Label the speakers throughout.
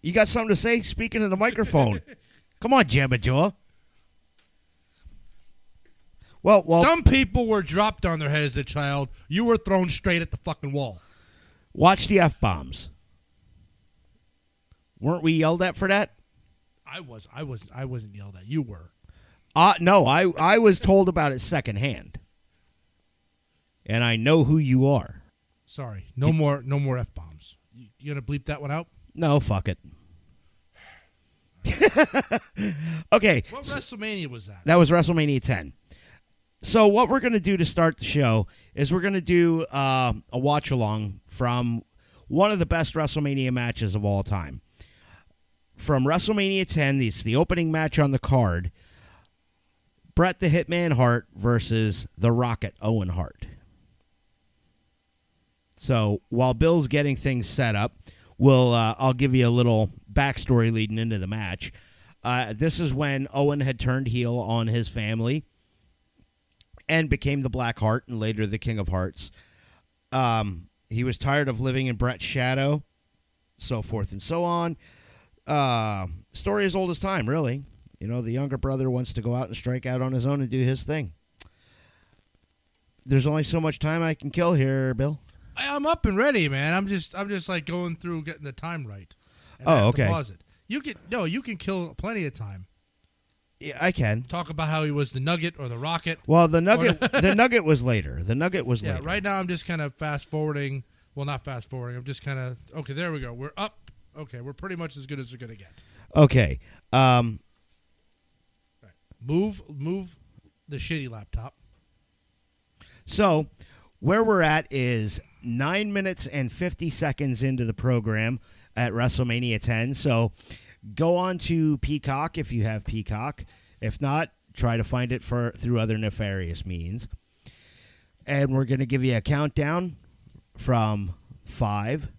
Speaker 1: You got something to say? Speaking in the microphone. Come on, Jabba Jaw. Well, well,
Speaker 2: Some people were dropped on their head as a child. You were thrown straight at the fucking wall.
Speaker 1: watch the f bombs. Weren't we yelled at for that?
Speaker 2: I was. I was. I wasn't yelled at. You were.
Speaker 1: Uh, no, I, I was told about it secondhand. And I know who you are.
Speaker 2: Sorry. No more. No more f bombs. You, you gonna bleep that one out?
Speaker 1: No, fuck it. okay,
Speaker 2: What WrestleMania was that?
Speaker 1: that was WrestleMania 10. So what we're going to do to start the show is we're going to do uh, a watch along from one of the best WrestleMania matches of all time. From WrestleMania 10, it's the opening match on the card. Bret the Hitman Hart versus the Rocket Owen Hart. So while Bill's getting things set up, we'll uh, I'll give you a little backstory leading into the match. Uh, this is when Owen had turned heel on his family and became the Black Heart and later the King of Hearts. Um, he was tired of living in Bret's shadow, so forth and so on. Uh, story as old as time, really. You know, the younger brother wants to go out and strike out on his own and do his thing. There's only so much time I can kill here, Bill.
Speaker 2: I, I'm up and ready, man. I'm just. I'm just like going through getting the time right. And
Speaker 1: Oh,
Speaker 2: I have to
Speaker 1: okay.
Speaker 2: pause it. You can. No, you can kill plenty of time.
Speaker 1: Yeah, I can.
Speaker 2: Talk about how he was the Nugget or the Rocket.
Speaker 1: Well, the nugget, the nugget was later. The nugget was
Speaker 2: Yeah,
Speaker 1: later.
Speaker 2: right now I'm just kind of fast forwarding. Well, not fast forwarding. I'm just kind of okay. There we go. We're up. Okay, we're pretty much as good as we're gonna get.
Speaker 1: Okay. Um,
Speaker 2: Move, move the shitty laptop.
Speaker 1: So, where we're at is nine minutes and 50 seconds into the program at WrestleMania 10. So, go on to Peacock if you have Peacock. If not, try to find it for through other nefarious means. And we're going to give you a countdown from five.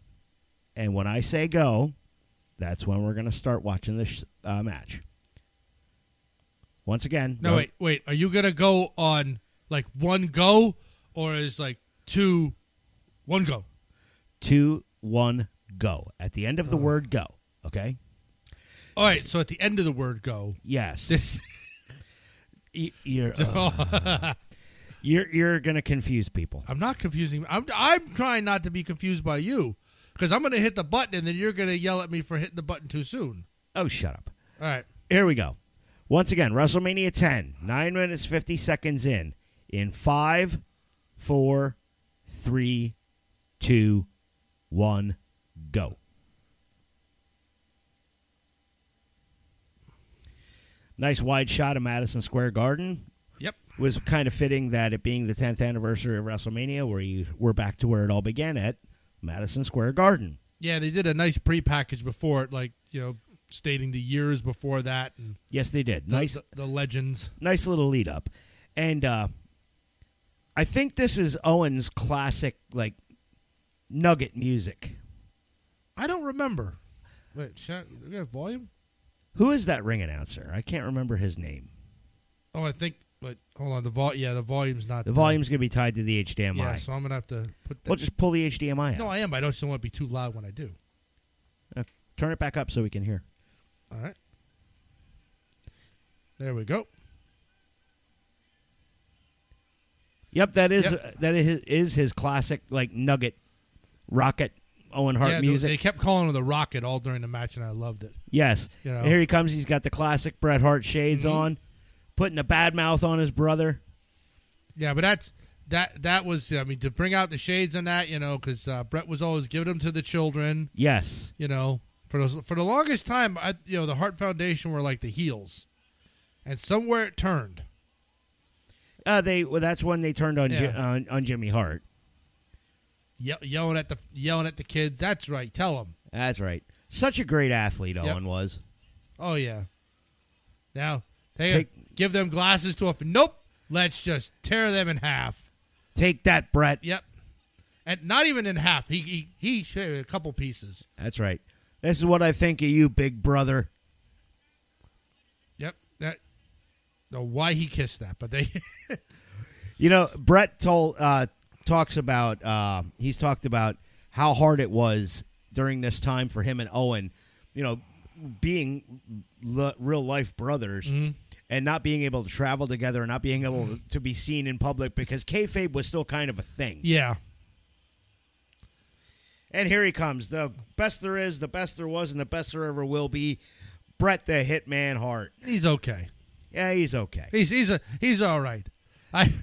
Speaker 1: And when I say go, that's when we're going to start watching this uh, match. Once again,
Speaker 2: No, wait, wait. Are you gonna go on like one go, or is like two, one go?
Speaker 1: two, one, go. At the end of the word go. Okay?
Speaker 2: All right. So at the end of the word go,
Speaker 1: Yes.
Speaker 2: this
Speaker 1: Y- you're, uh, you're you're gonna confuse people.
Speaker 2: I'm not confusing. I'm I'm trying not to be confused by you because I'm gonna hit the button and then you're gonna yell at me for hitting the button too soon.
Speaker 1: Oh, shut up.
Speaker 2: All right.
Speaker 1: Here we go. Once again, WrestleMania 10, 9 minutes 50 seconds in. In five, four, three, two, one, go. Nice wide shot of Madison Square Garden.
Speaker 2: Yep.
Speaker 1: was kind of fitting that it being the 10th anniversary of WrestleMania, where you we're back to where it all began at Madison Square Garden.
Speaker 2: Yeah, they did a nice pre-package before it, like you know, stating the years before that and
Speaker 1: Yes, they did.
Speaker 2: the-
Speaker 1: Nice,
Speaker 2: the, the legends.
Speaker 1: nice little lead up, and uh, I think this is Owen's classic like nugget music.
Speaker 2: I don't remember. Wait, should I, do we have volume?
Speaker 1: Who is that ring announcer? I can't remember his name.
Speaker 2: Oh, I think. But hold on, the vol. Yeah, the volume's not.
Speaker 1: The
Speaker 2: uh,
Speaker 1: volume's gonna be tied to the HDMI.
Speaker 2: Yeah, so I'm gonna have to put that.
Speaker 1: We'll just pull the HDMI out.
Speaker 2: no, I am. but I just don't want to be too loud when I do.
Speaker 1: Uh, turn it back up so we can hear.
Speaker 2: All right. There we go.
Speaker 1: Yep, that is uh,
Speaker 2: Yep.
Speaker 1: that is, is his classic like nugget rocket Owen Hart
Speaker 2: yeah, they-
Speaker 1: music.
Speaker 2: They kept calling him the Rocket all during the match, and I loved it.
Speaker 1: Yes.
Speaker 2: You know.
Speaker 1: Here he comes. He's got the classic Bret Hart shades
Speaker 2: Mm-hmm.
Speaker 1: on, putting a bad mouth on his brother.
Speaker 2: Yeah, but that's that. That was. I mean, to bring out the shades on that, you know, because uh, Brett was always giving them to the children.
Speaker 1: Yes.
Speaker 2: you know, for those, for the longest time, I, you know, the Hart Foundation were like the heels, and somewhere it turned.
Speaker 1: Uh, they. Well, that's when they turned on Ji-
Speaker 2: Yeah.
Speaker 1: on, on Jimmy Hart.
Speaker 2: Ye- yelling at the yelling at the kids. That's right. Tell them.
Speaker 1: That's right. Such a great athlete
Speaker 2: Yep.
Speaker 1: Owen was.
Speaker 2: Oh yeah. Now they
Speaker 1: Take-
Speaker 2: give them glasses to a. Nope. Let's just tear them in half.
Speaker 1: Take that, Bret.
Speaker 2: Yep. And not even in half. He he he shaved a couple pieces.
Speaker 1: That's right. This is what I think of you, big brother.
Speaker 2: Yep. That. Know why he kissed that, but they.
Speaker 1: You know, Brett told uh, talks about uh, he's talked about how hard it was during this time for him and Owen you know, being l- real life brothers
Speaker 2: Mm-hmm.
Speaker 1: and not being able to travel together and not being able to be seen in public because kayfabe was still kind of a thing.
Speaker 2: Yeah.
Speaker 1: And here he comes, the best there is, the best there was, and the best there ever will be. Brett the Hitman Hart.
Speaker 2: He's okay.
Speaker 1: Yeah, he's okay.
Speaker 2: He's he's a, he's all right. I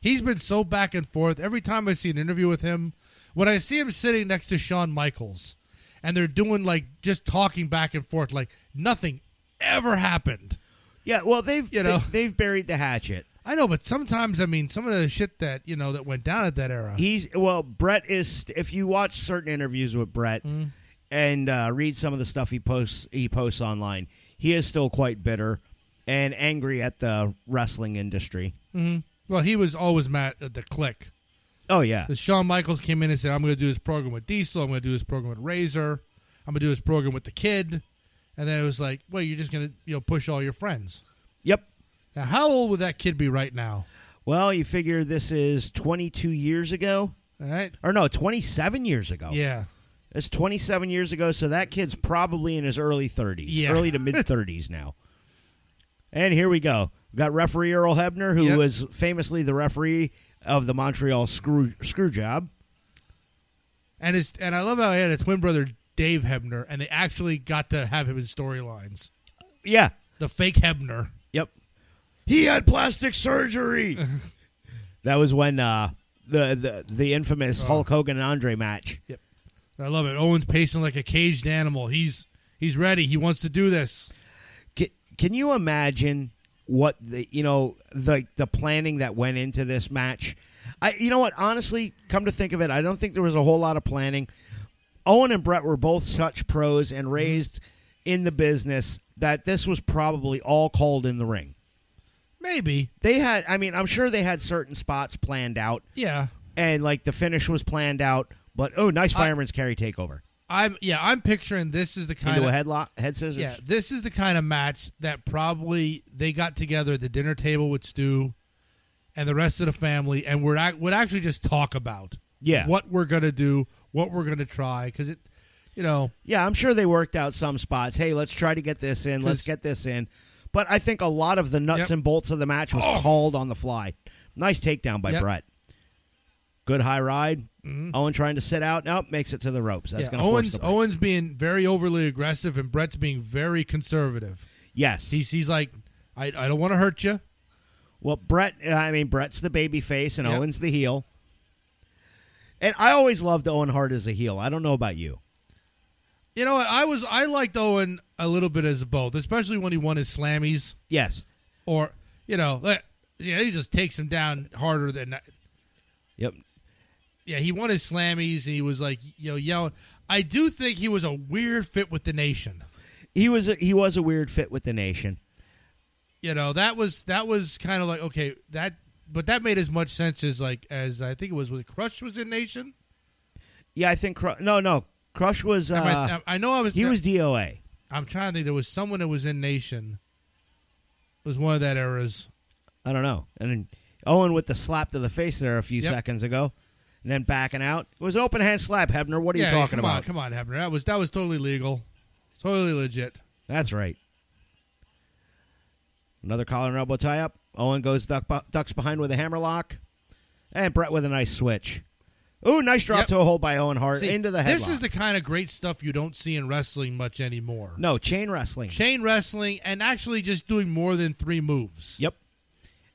Speaker 2: he's been so back and forth. Every time I see an interview with him, when I see him sitting next to Shawn Michaels, and they're doing like just talking back and forth, like nothing ever happened.
Speaker 1: Yeah, well they've
Speaker 2: You know.
Speaker 1: they, have buried the hatchet.
Speaker 2: I know, but sometimes I mean, some of the shit that you know that went down at that era.
Speaker 1: He's well, Brett is. If you watch certain interviews with Brett
Speaker 2: Mm.
Speaker 1: and uh, read some of the stuff he posts, he posts online. He is still quite bitter and angry at the wrestling industry.
Speaker 2: Mhm. Well, he was always mad at the click.
Speaker 1: Oh yeah,
Speaker 2: Because Shawn Michaels came in and said, I'm going to do this program with Diesel. I'm going to do this program with Razor. I'm going to do this program with the kid. And then it was like, well, you're just going to you know push all your friends.
Speaker 1: yep.
Speaker 2: Now, how old would that kid be right now?
Speaker 1: Well, you figure this is 22 years ago,
Speaker 2: All right?
Speaker 1: or no, 27 years ago.
Speaker 2: Yeah.
Speaker 1: It's 27 years ago, so that kid's probably in his early 30s,
Speaker 2: Yeah.
Speaker 1: early to mid 30s now. And here we go. We've got referee Earl Hebner, who
Speaker 2: Yep.
Speaker 1: was famously the referee of the Montreal screw, screw job.
Speaker 2: And his, and I love how he had a twin brother, Dave Hebner, and they actually got to have him in storylines.
Speaker 1: Yeah.
Speaker 2: The fake Hebner.
Speaker 1: Yep. He had plastic surgery. that was when uh, the, the the infamous
Speaker 2: Oh.
Speaker 1: Hulk Hogan and Andre match.
Speaker 2: I love it. Owen's pacing like a caged animal. He's he's ready. He wants to do this.
Speaker 1: Can, can you imagine what the you know the the planning that went into this match? I you know what honestly, come to think of it, I don't think there was a whole lot of planning. Owen and Brett were both such pros and raised in the business that this was probably all called in the ring.
Speaker 2: Maybe.
Speaker 1: They had I mean, I'm sure they had certain spots planned out
Speaker 2: Yeah.
Speaker 1: and like the finish was planned out, but oh, nice fireman's carry takeover.
Speaker 2: I'm yeah, I'm picturing this is the kind
Speaker 1: Into
Speaker 2: of
Speaker 1: a headlock, head scissors.
Speaker 2: Yeah, this is the kind of match that probably they got together at the dinner table with Stu and the rest of the family, and we're ac- would actually just talk about
Speaker 1: Yeah.
Speaker 2: what we're gonna do, what we're gonna try, because it, you know,
Speaker 1: Yeah, I'm sure they worked out some spots. Hey, let's try to get this in. Let's
Speaker 2: 'Cause-
Speaker 1: get this in. But I think a lot of the nuts
Speaker 2: Yep. Oh.
Speaker 1: and bolts of the match was called on the fly. Nice takedown by
Speaker 2: Yep. Mm-hmm.
Speaker 1: Brett. Good high ride. Owen trying to sit out. Nope, makes it to the ropes. That's
Speaker 2: yeah,
Speaker 1: going to force
Speaker 2: Owens
Speaker 1: the break.
Speaker 2: Owens being very overly aggressive and Brett's being very conservative.
Speaker 1: Yes.
Speaker 2: He's he's like, I I don't want to hurt you.
Speaker 1: well, Brett, I mean, Brett's the baby face and
Speaker 2: Yep.
Speaker 1: Owen's the heel. And I always loved Owen Hart as a heel. I don't know about you.
Speaker 2: You know what? I was I liked Owen a little bit as both, especially when he won his slammies.
Speaker 1: Yes.
Speaker 2: or you know, let- yeah, he just takes him down harder than.
Speaker 1: Yep.
Speaker 2: Yeah, he won his slammies and he was like, you know, yelling. I do think he was a weird fit with the nation.
Speaker 1: He was a, he was a weird fit with the nation.
Speaker 2: You know, that was that was kind of like okay, that but that made as much sense as like as I think it was when Crush was in Nation.
Speaker 1: Yeah, I think Cru- no, no. Crush was uh,
Speaker 2: Am I, I- I know I was.
Speaker 1: he was DOA.
Speaker 2: I'm trying to think. There was someone that was in Nation. It was one of that era's.
Speaker 1: I don't know. And then Owen with the slap to the face there a few
Speaker 2: Yep.
Speaker 1: seconds ago, and then backing out. It was an open hand slap, Hebner. What are
Speaker 2: yeah,
Speaker 1: you talking
Speaker 2: come
Speaker 1: about?
Speaker 2: on, come on, Hebner. That was that was totally legal, totally legit.
Speaker 1: That's right. Another collar and elbow tie up. Owen goes duck, ducks behind with a hammer lock, and Brett with a nice switch. Ooh, nice drop
Speaker 2: Yep.
Speaker 1: to a hold by Owen Hart
Speaker 2: See,
Speaker 1: into the headlock.
Speaker 2: This is the kind of great stuff you don't see in wrestling much anymore.
Speaker 1: no chain wrestling.
Speaker 2: Chain wrestling and actually just doing more than three moves.
Speaker 1: Yep,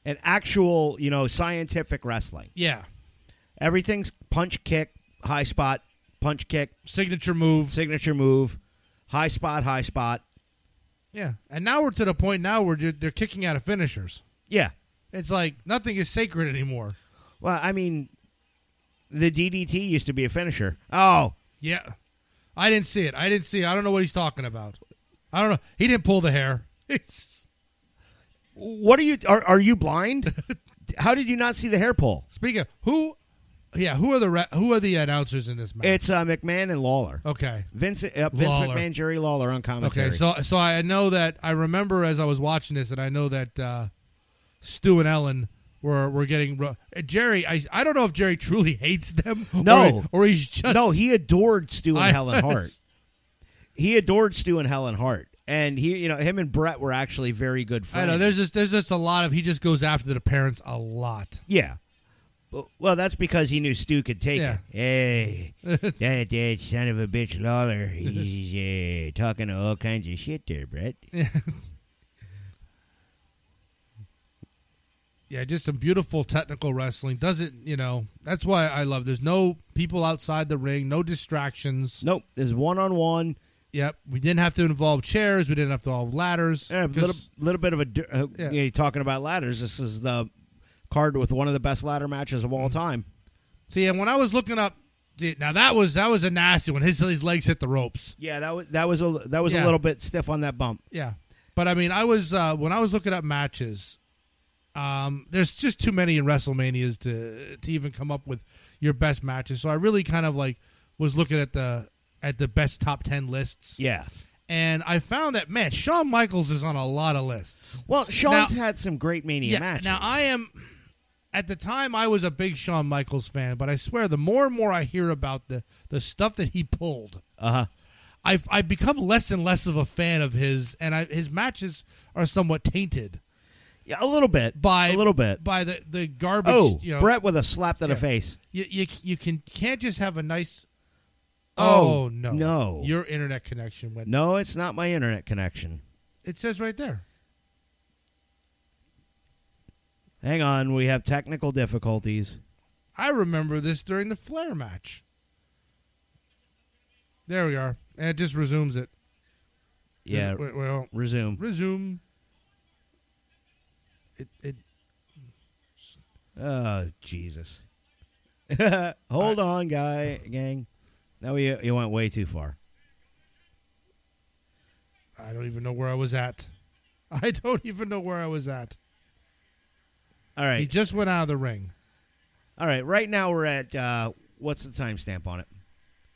Speaker 1: an actual you know scientific wrestling.
Speaker 2: Yeah.
Speaker 1: Everything's punch kick, high spot, punch kick,
Speaker 2: Signature moves.
Speaker 1: signature move, high spot, high spot.
Speaker 2: Yeah. And now we're to the point now where ju- they're kicking out of finishers.
Speaker 1: Yeah.
Speaker 2: It's like nothing is sacred anymore.
Speaker 1: Well, I mean, the DDT used to be a finisher. Oh,
Speaker 2: Yeah. I didn't see it. I didn't see it. I don't know what he's talking about. I don't know. He didn't pull the hair. It's-
Speaker 1: what are you? Are, are you blind? How did you not see the hair pull?
Speaker 2: Speaking of who yeah, who are the re- who are the announcers in this match?
Speaker 1: It's uh, McMahon and Lawler.
Speaker 2: okay.
Speaker 1: Vince, uh, Vince
Speaker 2: Lawler.
Speaker 1: McMahon, Jerry Lawler on commentary.
Speaker 2: Okay, so so I know that I remember as I was watching this, and I know that uh, Stu and Ellen were were getting ro- uh, Jerry. I I don't know if Jerry truly hates them.
Speaker 1: No.
Speaker 2: or, or he's just
Speaker 1: no, he adored Stu and
Speaker 2: I-
Speaker 1: Helen Hart. he adored Stu and Helen Hart, and he you know him and Brett were actually very good
Speaker 2: I
Speaker 1: friends.
Speaker 2: know there's just there's just a lot of he just goes after the parents a lot.
Speaker 1: yeah. Well- Well, that's because he knew Stu could take
Speaker 2: Yeah.
Speaker 1: it. Hey,
Speaker 2: It's-
Speaker 1: that, that son of a bitch Lawler, he's uh, talking all kinds of shit there, Brett.
Speaker 2: Yeah, just some beautiful technical wrestling. Doesn't you know? That's why I love. There's no people outside the ring, no distractions.
Speaker 1: Nope, there's one on one.
Speaker 2: Yep, we didn't have to involve chairs. We didn't have to involve ladders.
Speaker 1: A little,
Speaker 2: 'cause-
Speaker 1: little bit of a dir- uh,
Speaker 2: Yeah.
Speaker 1: you know, talking about ladders. This is the card with one of the best ladder matches of all
Speaker 2: Mm-hmm.
Speaker 1: time.
Speaker 2: see, and when I was looking up, see, now that was that was a nasty one. His his legs hit the ropes.
Speaker 1: Yeah, that was that was a that was a
Speaker 2: Yeah.
Speaker 1: little bit stiff on that bump.
Speaker 2: Yeah, but I mean, I was uh, when I was looking up matches. Um, there's just too many in WrestleManias to to even come up with your best matches. So I really kind of like was looking at the at the best top ten lists.
Speaker 1: Yeah.
Speaker 2: and I found that man, Shawn Michaels is on a lot of lists.
Speaker 1: Well, Sean's
Speaker 2: Now-
Speaker 1: had some great mania matches.
Speaker 2: Now I am at the time I was a big Shawn Michaels fan, but I swear the more and more I hear about the the stuff that he pulled,
Speaker 1: uh huh.
Speaker 2: I've I've become less and less of a fan of his, and I, his matches are somewhat tainted
Speaker 1: Yeah, a little bit.
Speaker 2: by
Speaker 1: a little bit.
Speaker 2: by the the garbage.
Speaker 1: Uh, oh,
Speaker 2: you know,
Speaker 1: Brett with a slap to the
Speaker 2: Yeah.
Speaker 1: face.
Speaker 2: you, you you can can't just have a nice.
Speaker 1: Oh,
Speaker 2: no,
Speaker 1: no.
Speaker 2: Your internet connection went.
Speaker 1: No, it's not my internet connection.
Speaker 2: It says right there.
Speaker 1: Hang on, we have technical difficulties.
Speaker 2: I remember this during the Flair match. There we are. And it just resumes it.
Speaker 1: Yeah,
Speaker 2: Well, well,
Speaker 1: resume.
Speaker 2: resume. It, it,
Speaker 1: Oh Jesus! Hold on, guy gang. No, you you went way too far.
Speaker 2: I don't even know where I was at. I don't even know where I was at.
Speaker 1: All
Speaker 2: He
Speaker 1: right,
Speaker 2: just went out of the ring.
Speaker 1: all right. Right now we're at uh, what's the timestamp on it?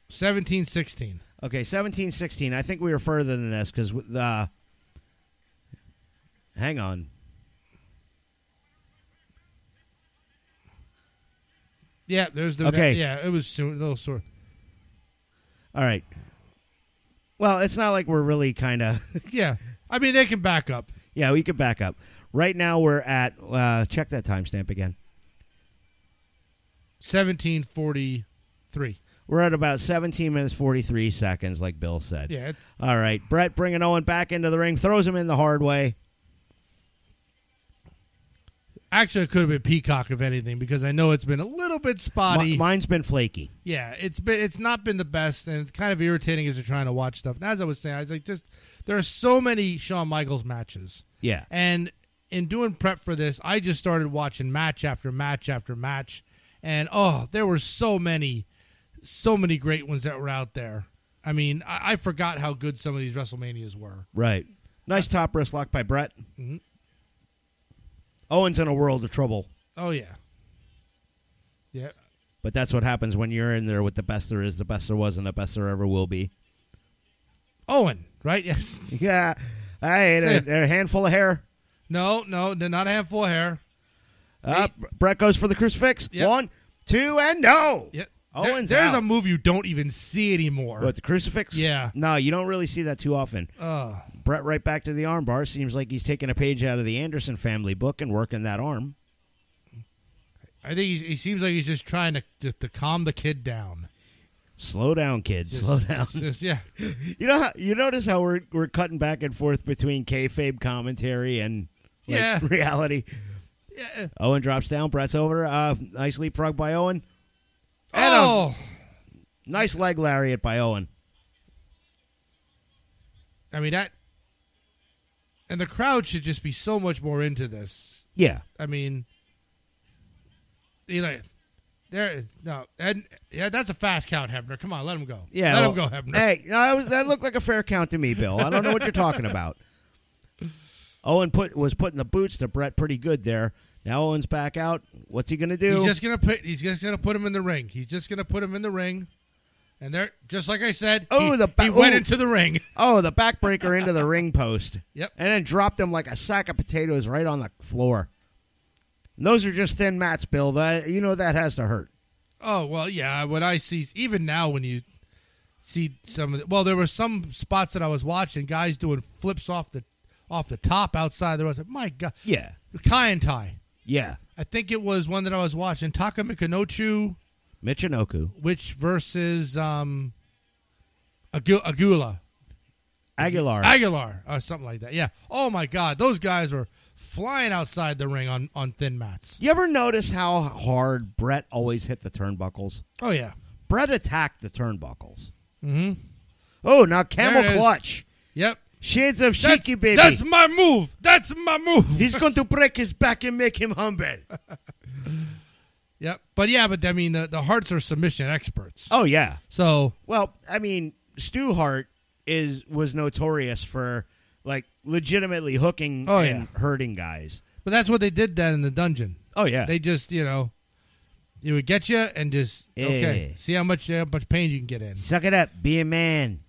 Speaker 2: 17 16.
Speaker 1: Okay, seventeen sixteen. I think we were further than this because uh, hang on.
Speaker 2: Yeah, there's the.
Speaker 1: Okay.
Speaker 2: Yeah, it was soon. A little sore.
Speaker 1: All right. Well, it's not like we're really kind of.
Speaker 2: Yeah. I mean, they can back up.
Speaker 1: yeah, we could back up. Right now we're at. Uh, check that timestamp again.
Speaker 2: 17 43.
Speaker 1: We're at about 17 minutes 43 seconds, like Bill said.
Speaker 2: Yeah, it's,
Speaker 1: All right. Brett bringing Owen back into the ring, throws him in the hard way.
Speaker 2: actually, it could have been Peacock, if anything, because I know it's been a little bit spotty.
Speaker 1: Mi- mine's been flaky.
Speaker 2: Yeah, it's been it's not been the best, and it's kind of irritating as you're trying to watch stuff. And as I was saying, I was like, just there are so many Shawn Michaels matches,
Speaker 1: Yeah.
Speaker 2: and in doing prep for this, I just started watching match after match after match, and oh, there were so many, so many great ones that were out there. I mean, I, I forgot how good some of these WrestleManias were.
Speaker 1: Right. Nice top wrist lock by Brett.
Speaker 2: Mm-hmm.
Speaker 1: Owen's in a world of trouble,
Speaker 2: Oh yeah, yeah.
Speaker 1: but that's what happens when you're in there with the best there is, the best there was, and the best there ever will be.
Speaker 2: Owen, right? Yes.
Speaker 1: Yeah. Hey, a, a handful of hair.
Speaker 2: no, no, they're not a handful of hair.
Speaker 1: Uh, Brett goes for the crucifix.
Speaker 2: Yep.
Speaker 1: One, two, and no.
Speaker 2: Yep.
Speaker 1: Owen's
Speaker 2: There- there's
Speaker 1: out.
Speaker 2: a move you don't even see anymore.
Speaker 1: What, the crucifix?
Speaker 2: Yeah.
Speaker 1: No, you don't really see that too often.
Speaker 2: Oh,
Speaker 1: Brett right back to the armbar. Seems like he's taking a page out of the Anderson family book and working that arm.
Speaker 2: I think he's, he seems like he's just trying to to, to calm the kid down.
Speaker 1: Slow down, kid. Slow down.
Speaker 2: Just- yeah,
Speaker 1: You know, how, you notice how we're we're cutting back and forth between kayfabe commentary and like,
Speaker 2: Yeah.
Speaker 1: reality.
Speaker 2: yeah.
Speaker 1: Owen drops down. Brett's over. Uh, nice leapfrog by Owen. Adam.
Speaker 2: Oh,
Speaker 1: Nice leg lariat by Owen.
Speaker 2: I mean that, and the crowd should just be so much more into this.
Speaker 1: Yeah.
Speaker 2: I mean, Eli, there, no, and yeah, that's a fast count, Hebner. Come on, let him go.
Speaker 1: Yeah.
Speaker 2: let
Speaker 1: well,
Speaker 2: him go, Hebner.
Speaker 1: Hey, no, that was- that looked like a fair count to me, Bill. I don't know what you're talking about. Owen put was putting the boots to Brett pretty good there. Now Owen's back out. What's he gonna do?
Speaker 2: He's just gonna put. He's just gonna put him in the ring. He's just gonna put him in the ring, and there, just like I said.
Speaker 1: Oh,
Speaker 2: he,
Speaker 1: the ba-
Speaker 2: he went
Speaker 1: oh.
Speaker 2: into the ring.
Speaker 1: oh, the backbreaker into the ring post.
Speaker 2: Yep.
Speaker 1: and then dropped them like a sack of potatoes right on the floor. And those are just thin mats, Bill. That you know that has to hurt.
Speaker 2: Oh well, yeah. When I see, even now, when you see some of the, well there were some spots that I was watching guys doing flips off the off the top outside there I was like my god
Speaker 1: Yeah.
Speaker 2: Kai and Tai
Speaker 1: Yeah.
Speaker 2: I think it was one that I was watching Taka Michinoku
Speaker 1: Michinoku.
Speaker 2: which versus um Agu- Agula
Speaker 1: Aguilar.
Speaker 2: Aguilar or something like that yeah oh my god those guys were flying outside the ring on on thin mats
Speaker 1: you ever notice how hard Brett always hit the turnbuckles?
Speaker 2: oh yeah
Speaker 1: Brett attacked the turnbuckles.
Speaker 2: mm-hmm
Speaker 1: Oh, now camel
Speaker 2: There it is.
Speaker 1: clutch.
Speaker 2: yep
Speaker 1: Shades of
Speaker 2: that's,
Speaker 1: Shiki, baby.
Speaker 2: that's my move that's my move
Speaker 1: He's going to break his back and make him humble.
Speaker 2: Yep. But yeah, but I mean, the, the hearts are submission experts.
Speaker 1: Oh, yeah.
Speaker 2: So,
Speaker 1: Well, I mean, Stu Hart is was notorious for like legitimately hooking
Speaker 2: Oh,
Speaker 1: and hurting guys.
Speaker 2: but that's what they did then in the dungeon.
Speaker 1: Oh yeah.
Speaker 2: They just, you know, it would get you and just, okay,
Speaker 1: Yeah.
Speaker 2: see how much, how much pain you can get in.
Speaker 1: Suck it up, be a man.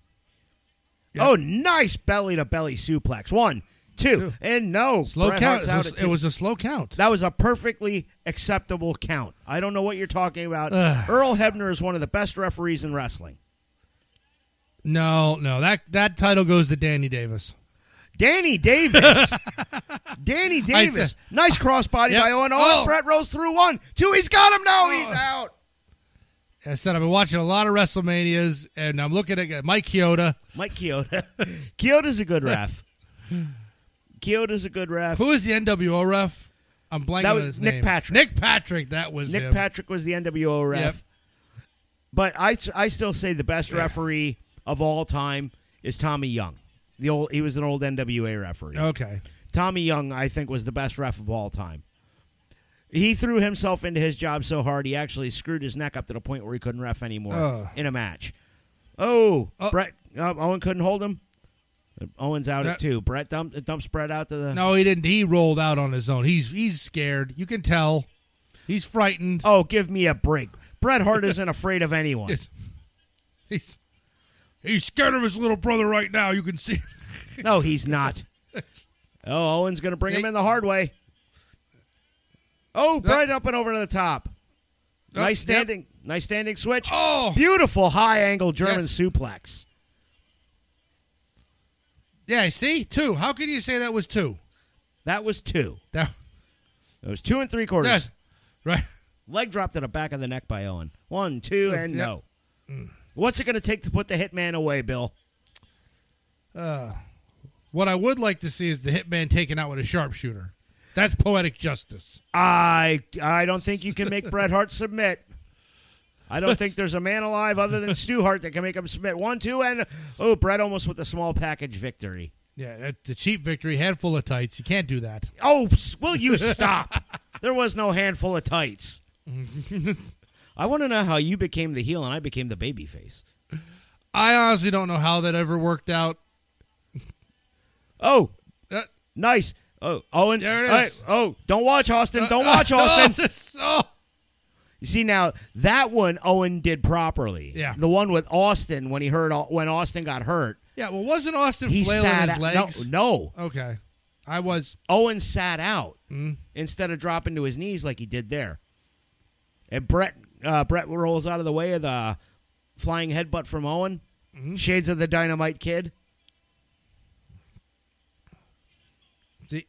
Speaker 2: Yep.
Speaker 1: Oh, nice belly to belly suplex. One, two,
Speaker 2: Two.
Speaker 1: and no.
Speaker 2: Slow
Speaker 1: Bret
Speaker 2: count.
Speaker 1: Hart's
Speaker 2: It
Speaker 1: out
Speaker 2: was,
Speaker 1: at
Speaker 2: it
Speaker 1: two.
Speaker 2: was a slow count.
Speaker 1: that was a perfectly acceptable count. I don't know what you're talking about.
Speaker 2: Ugh.
Speaker 1: Earl Hebner is one of the best referees in wrestling.
Speaker 2: No, no, that, that title goes to Danny Davis.
Speaker 1: Danny Davis. Danny
Speaker 2: I
Speaker 1: Davis.
Speaker 2: said-
Speaker 1: nice crossbody
Speaker 2: Yep.
Speaker 1: by Owen. Oh,
Speaker 2: Oh.
Speaker 1: Brett rolls through one. Two, he's got him. No, he's
Speaker 2: Oh.
Speaker 1: out.
Speaker 2: I said, I've been watching a lot of WrestleManias, and I'm looking at Mike Chioda.
Speaker 1: Mike Kyoto. Kyoto's a good ref. Kyoto's a good ref.
Speaker 2: Who is the NWO ref? I'm blanking
Speaker 1: That
Speaker 2: on
Speaker 1: was
Speaker 2: his
Speaker 1: Nick
Speaker 2: name.
Speaker 1: Patrick.
Speaker 2: Nick Patrick, that was
Speaker 1: Nick
Speaker 2: him.
Speaker 1: Patrick was the NWO ref.
Speaker 2: Yep.
Speaker 1: But I, I still say the best referee of all time is Tommy Young. The old he was an old NWA referee.
Speaker 2: Okay.
Speaker 1: Tommy Young, I think, was the best ref of all time. He threw himself into his job so hard he actually screwed his neck up to the point where he couldn't ref anymore
Speaker 2: Oh.
Speaker 1: in a match. Oh,
Speaker 2: Oh.
Speaker 1: Brett uh, Owen couldn't hold him. Owen's out at
Speaker 2: That-
Speaker 1: two. Brett dump, dumps Brett out to the.
Speaker 2: No, he didn't. He rolled out on his own. He's he's scared. You can tell. He's frightened.
Speaker 1: Oh, give me a break. Bret Hart isn't afraid of anyone.
Speaker 2: Yes. He's he's scared of his little brother right now. You can see.
Speaker 1: No, he's not. Oh, Owen's going to bring
Speaker 2: See?
Speaker 1: him in the hard way. Oh, Brett up and over to the top.
Speaker 2: Oh,
Speaker 1: nice
Speaker 2: yep.
Speaker 1: standing. Nice standing switch.
Speaker 2: Oh,
Speaker 1: Beautiful high angle German
Speaker 2: Yes.
Speaker 1: suplex.
Speaker 2: yeah. See, two. How can you say that was two?
Speaker 1: That was two.
Speaker 2: That
Speaker 1: It was two and three quarters.
Speaker 2: yes. right.
Speaker 1: Leg drop to the back of the neck by Owen. One, two, and
Speaker 2: Yeah. Mm.
Speaker 1: no. What's it going to take to put the hitman away, Bill?
Speaker 2: What I would like to see is the hitman taken out with a sharpshooter. That's poetic justice.
Speaker 1: I I don't think you can make Bret Hart submit. I don't think there's a man alive other than Stu Hart that can make him submit. One, two, and oh, Bret almost with a small package victory.
Speaker 2: Yeah, that's the cheap victory, handful of tights. You can't do that.
Speaker 1: Oh, s- will you stop? there was no handful of tights. I want to know how you became the heel and I became the babyface.
Speaker 2: I honestly don't know how that ever worked out.
Speaker 1: Oh,
Speaker 2: Uh,
Speaker 1: nice. Oh, Owen.
Speaker 2: There it
Speaker 1: all
Speaker 2: is. Uh,
Speaker 1: right. oh, don't watch Austin. Don't watch Austin.
Speaker 2: oh.
Speaker 1: You see now that one Owen did properly.
Speaker 2: Yeah.
Speaker 1: The one with Austin when he heard when Austin got hurt.
Speaker 2: Yeah, well, wasn't Austin
Speaker 1: he
Speaker 2: flailing
Speaker 1: sat
Speaker 2: his
Speaker 1: out.
Speaker 2: legs?
Speaker 1: No, no.
Speaker 2: Okay, I was.
Speaker 1: Owen sat out
Speaker 2: Hmm.
Speaker 1: instead of dropping to his knees like he did there. And Brett uh, Brett rolls out of the way of the flying headbutt from Owen.
Speaker 2: Hmm.
Speaker 1: Shades of the Dynamite Kid.
Speaker 2: See,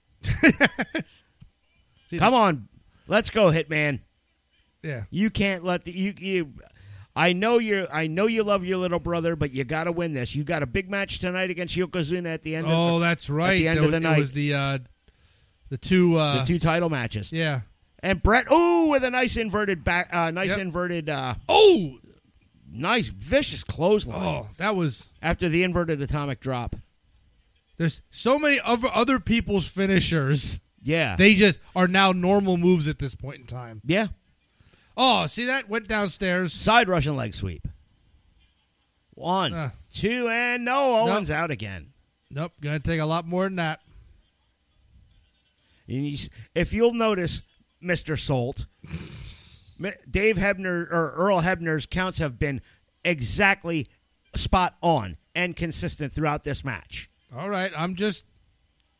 Speaker 2: Yeah.
Speaker 1: Come on, let's go, Hitman.
Speaker 2: yeah,
Speaker 1: You can't let the, you you. I know you. I know you love your little brother, but you got to win this. You got a big match tonight against Yokozuna at the end.
Speaker 2: oh,
Speaker 1: of
Speaker 2: that's right.
Speaker 1: end
Speaker 2: That
Speaker 1: of
Speaker 2: was,
Speaker 1: the
Speaker 2: it
Speaker 1: night.
Speaker 2: was the uh, the two.
Speaker 1: the
Speaker 2: Uh,
Speaker 1: two title matches.
Speaker 2: Yeah.
Speaker 1: And Brett, oh, with a nice inverted back, uh, nice
Speaker 2: Yep.
Speaker 1: inverted, uh,
Speaker 2: Oh,
Speaker 1: nice vicious clothesline
Speaker 2: oh, that was.
Speaker 1: after the inverted atomic drop.
Speaker 2: There's so many other other people's finishers.
Speaker 1: Yeah,
Speaker 2: They just are now normal moves at this point in time.
Speaker 1: yeah,
Speaker 2: Oh, see that went downstairs.
Speaker 1: side Russian leg sweep. One,
Speaker 2: Uh.
Speaker 1: two, and no, Owens out again.
Speaker 2: Nope, gonna take a lot more than that.
Speaker 1: And you, s- if you'll notice, Mister Salt, Mi- Dave Hebner or Earl Hebner's counts have been exactly spot on and consistent throughout this match.
Speaker 2: All right, I'm just,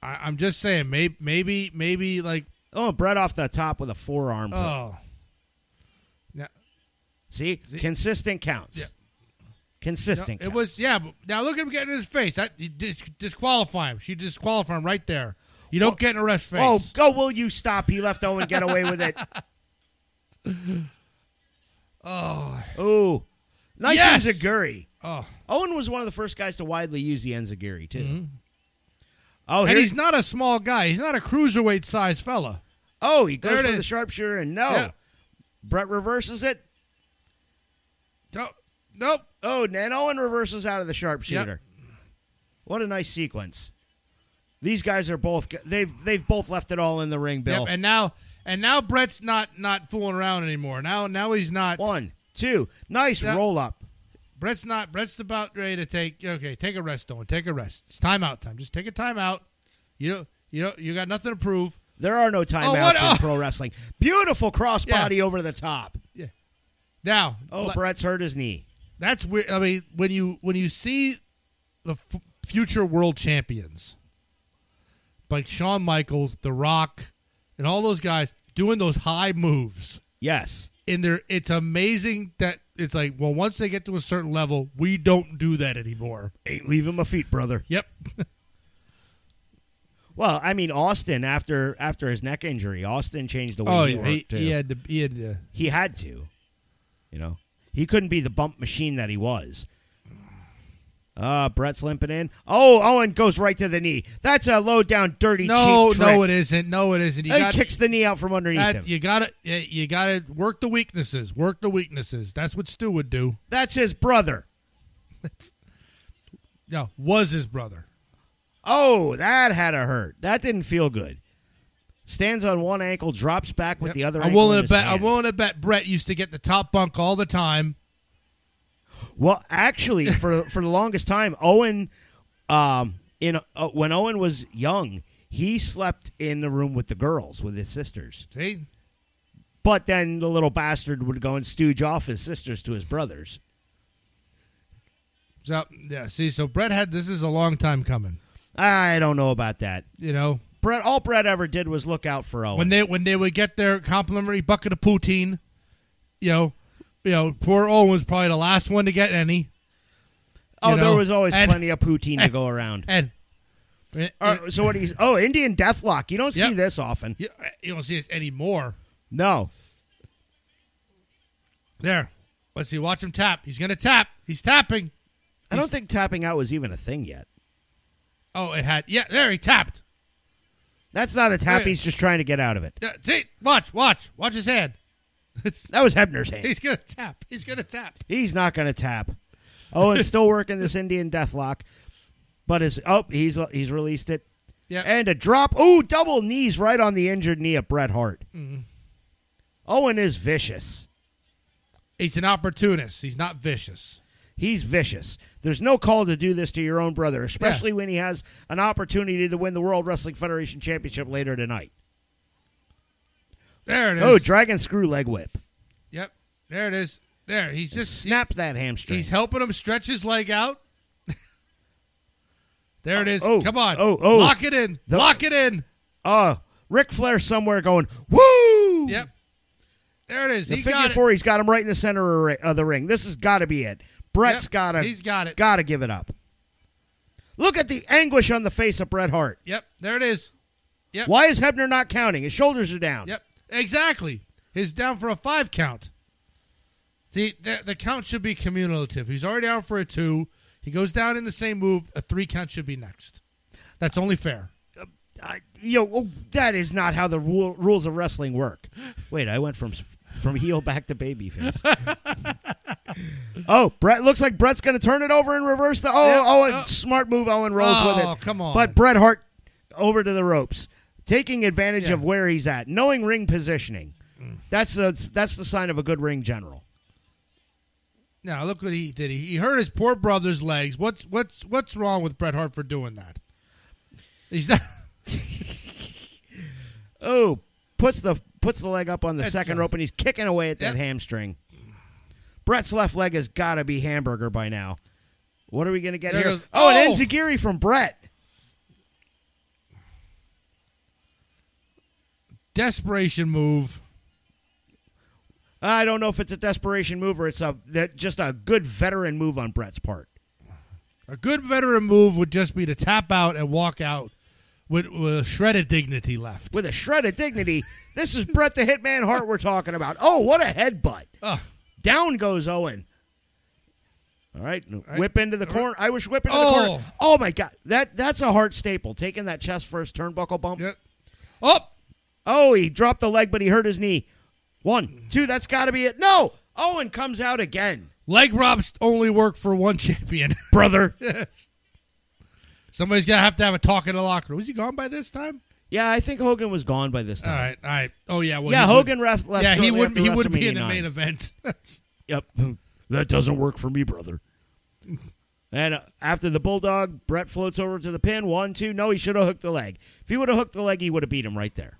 Speaker 2: I, I'm just saying, maybe, maybe, maybe like,
Speaker 1: Oh, Brett off the top with a forearm. hook.
Speaker 2: oh, yeah,
Speaker 1: See?
Speaker 2: See?
Speaker 1: consistent counts.
Speaker 2: Yeah.
Speaker 3: Consistent.
Speaker 2: It was yeah. But now look at him getting in his face. That you dis- disqualify him. She disqualify him right there. You don't get an arrest face.
Speaker 1: Oh, go! will you stop? He left Owen get away with it.
Speaker 2: Oh,
Speaker 1: Ooh, nice
Speaker 2: Yes!
Speaker 1: enziguri.
Speaker 2: oh.
Speaker 1: Owen was one of the first guys to widely use the enziguri too. Oh,
Speaker 2: Mm-hmm. and
Speaker 1: here's-
Speaker 2: he's not a small guy. He's not a cruiserweight size fella.
Speaker 1: Oh, he
Speaker 2: There
Speaker 1: goes
Speaker 2: it
Speaker 1: for the
Speaker 2: is.
Speaker 1: sharpshooter, and no,
Speaker 2: Yeah.
Speaker 1: Brett reverses it.
Speaker 2: Don't- Nope.
Speaker 1: Oh, and Owen reverses out of the sharpshooter. What a nice sequence! These guys are both they've they've both left it all in the ring. Bill,
Speaker 2: Yep. And now and now Brett's not not fooling around anymore. Now now he's not.
Speaker 1: one, two, nice
Speaker 2: Yep.
Speaker 1: roll up.
Speaker 2: Brett's not. Brett's about ready to take. Okay, take a rest, Owen. Take a rest. It's timeout time. Just take a timeout. You don't- you don't- you got nothing to prove.
Speaker 1: There are no timeouts
Speaker 2: what- oh.
Speaker 1: in pro wrestling. Beautiful crossbody over the top.
Speaker 2: Now,
Speaker 1: Oh,
Speaker 2: le-
Speaker 1: Brett's hurt his knee.
Speaker 2: that's weird. I mean, when you when you see the f- future world champions like Shawn Michaels, The Rock, and all those guys doing those high moves
Speaker 1: Yes.
Speaker 2: in there, it's amazing that it's like, well, once they get to a certain level, we don't do that anymore.
Speaker 1: Ain't leaving my feet, brother.
Speaker 2: Yep.
Speaker 1: Well, I mean, Austin after after his neck injury, Austin changed the way
Speaker 2: Oh,
Speaker 1: he
Speaker 2: yeah. He,
Speaker 1: worked. too.
Speaker 2: he had to. He had to.
Speaker 1: he had to. You know, he couldn't be the bump machine that he was. Uh, Brett's limping in. Oh, Owen goes right to the knee. That's a low down, dirty
Speaker 2: No,
Speaker 1: cheap trick.
Speaker 2: no, it isn't. No, it isn't. You
Speaker 1: he
Speaker 2: got
Speaker 1: kicks the knee out from underneath him.
Speaker 2: that, you got to you got to work the weaknesses. Work the weaknesses. That's what Stu would do.
Speaker 1: That's his brother.
Speaker 2: No, was his brother.
Speaker 1: Oh, that had a hurt. That didn't feel good. Stands on one ankle, drops back with the other.
Speaker 2: I'm
Speaker 1: ankle in
Speaker 2: willing to
Speaker 1: his
Speaker 2: bet.
Speaker 1: hand.
Speaker 2: I'm willing to bet Brett used to get the top bunk all the time.
Speaker 1: Well, actually, for for the longest time, Owen, um, in uh, when Owen was young, he slept in the room with the girls with his sisters.
Speaker 2: See,
Speaker 1: But then the little bastard would go and stooge off his sisters to his brothers.
Speaker 2: so yeah. See, so Brett had this is a long time coming.
Speaker 1: I don't know about that.
Speaker 2: You know,
Speaker 1: Brett, all Brett ever did was look out for Owen.
Speaker 2: when they when they would get their complimentary bucket of poutine, you know, you know, poor Owen was probably the last one to get any.
Speaker 1: oh,
Speaker 2: you know,
Speaker 1: there was always
Speaker 2: and-
Speaker 1: plenty of poutine to go around.
Speaker 2: And
Speaker 1: Uh, so what he's oh Indian Deathlock. You don't see
Speaker 2: Yep.
Speaker 1: this often.
Speaker 2: you, you don't see this anymore.
Speaker 1: No,
Speaker 2: There, let's see. Watch him tap. He's gonna tap. He's tapping.
Speaker 1: I don't
Speaker 2: He's-
Speaker 1: think tapping out was even a thing yet.
Speaker 2: Oh, it had. Yeah, there he tapped.
Speaker 1: That's not a tap.
Speaker 2: Yeah.
Speaker 1: He's just trying to get out of it.
Speaker 2: Yeah, see, watch, watch, watch his hand. It's
Speaker 1: That was Hebner's hand.
Speaker 2: he's gonna tap. He's gonna tap.
Speaker 1: He's not going to tap. Owen's still working this Indian deathlock, but his oh he's he's released it.
Speaker 2: Yeah.
Speaker 1: and a drop. Ooh, double knees right on the injured knee of Bret Hart.
Speaker 2: Mm-hmm.
Speaker 1: Owen is vicious.
Speaker 2: He's an opportunist. He's not vicious.
Speaker 1: He's vicious. There's no call to do this to your own brother, especially when he has an opportunity to win the World Wrestling Federation Championship later tonight.
Speaker 2: There it is.
Speaker 1: Oh, dragon screw leg whip.
Speaker 2: yep. There it is. There. He's just
Speaker 1: Snap that hamstring.
Speaker 2: he's helping him stretch his leg out. there it is.
Speaker 1: Oh,
Speaker 2: Come on.
Speaker 1: oh, oh.
Speaker 2: Lock it in.
Speaker 1: The-
Speaker 2: Lock it in.
Speaker 1: oh, Ric Flair somewhere going, woo!
Speaker 2: Yep. There it is.
Speaker 1: The
Speaker 2: he
Speaker 1: figure
Speaker 2: got
Speaker 1: four, he's got him right in the center of ri- of the ring. This has got to be it. Brett's
Speaker 2: Yep,
Speaker 1: got to.
Speaker 2: he's got it.
Speaker 1: Got to give it up. Look at the anguish on the face of Bret Hart.
Speaker 2: it. Yep. There it is. Yep.
Speaker 1: Why is Hebner not counting? His shoulders are down.
Speaker 2: Yep. Exactly. He's down for a five count. See, the, the count should be cumulative. He's already down for a two. He goes down in the same move. A three count should be next. That's only fair.
Speaker 1: I, yo, oh, that is not how the rule, rules of wrestling work. Wait, I went from s- from heel back to babyface. oh, Brett looks like Brett's going to turn it over and reverse the. Oh,
Speaker 2: Yep,
Speaker 1: Owen,
Speaker 2: yep.
Speaker 1: smart move. Owen rolls with
Speaker 2: Oh,
Speaker 1: it.
Speaker 2: come on.
Speaker 1: But Bret Hart over to the ropes, taking advantage
Speaker 2: Yeah. Mm.
Speaker 1: of where he's at, knowing ring positioning. That's the that's the sign of a good ring general.
Speaker 2: Now look what he did. He, he hurt his poor brother's legs. What's what's what's wrong with Bret Hart for doing that? He's not.
Speaker 1: Oh, puts the puts the leg up on the
Speaker 2: That's
Speaker 1: second
Speaker 2: right.
Speaker 1: rope and he's kicking away at that
Speaker 2: Yep.
Speaker 1: hamstring. Brett's left leg has got to be hamburger by now. What are we going to get
Speaker 2: There
Speaker 1: here?
Speaker 2: goes-
Speaker 1: oh, an
Speaker 2: Oh!
Speaker 1: enzigiri from Brett.
Speaker 2: Desperation move.
Speaker 1: I don't know if it's a desperation move or it's a that just a good veteran move on Brett's part.
Speaker 2: A good veteran move would just be to tap out and walk out with, with shredded dignity left.
Speaker 1: With a shred of dignity, this is Brett the Hitman Hart we're talking about. Oh, what a headbutt!
Speaker 2: Ugh.
Speaker 1: Down goes Owen. All right, whip into the corner. Irish whip into
Speaker 2: Oh.
Speaker 1: the corner. Oh my God, that that's a Hart staple. Taking that chest first turnbuckle bump.
Speaker 2: Yeah. Oh,
Speaker 1: Oh, he dropped the leg, but he hurt his knee. One, two, that's got to be it. No, Owen comes out again,
Speaker 2: leg robs only work for one champion.
Speaker 1: brother.
Speaker 2: Somebody's gonna have to have a talk in the locker room. Is he gone by this time?
Speaker 1: yeah, I think Hogan was gone by this
Speaker 2: All
Speaker 1: time.
Speaker 2: right, all right. Oh yeah, well,
Speaker 1: yeah,
Speaker 2: he would-
Speaker 1: Hogan ref left.
Speaker 2: yeah, he
Speaker 1: shortly
Speaker 2: would
Speaker 1: after
Speaker 2: he would be
Speaker 1: WrestleMania
Speaker 2: in the
Speaker 1: 9.
Speaker 2: main event. That's-
Speaker 1: Yep. That doesn't work for me, brother. And uh, after the bulldog, Brett floats over to the pin. One, two. No, he should have hooked the leg. If he would have hooked the leg, he would have beat him right there.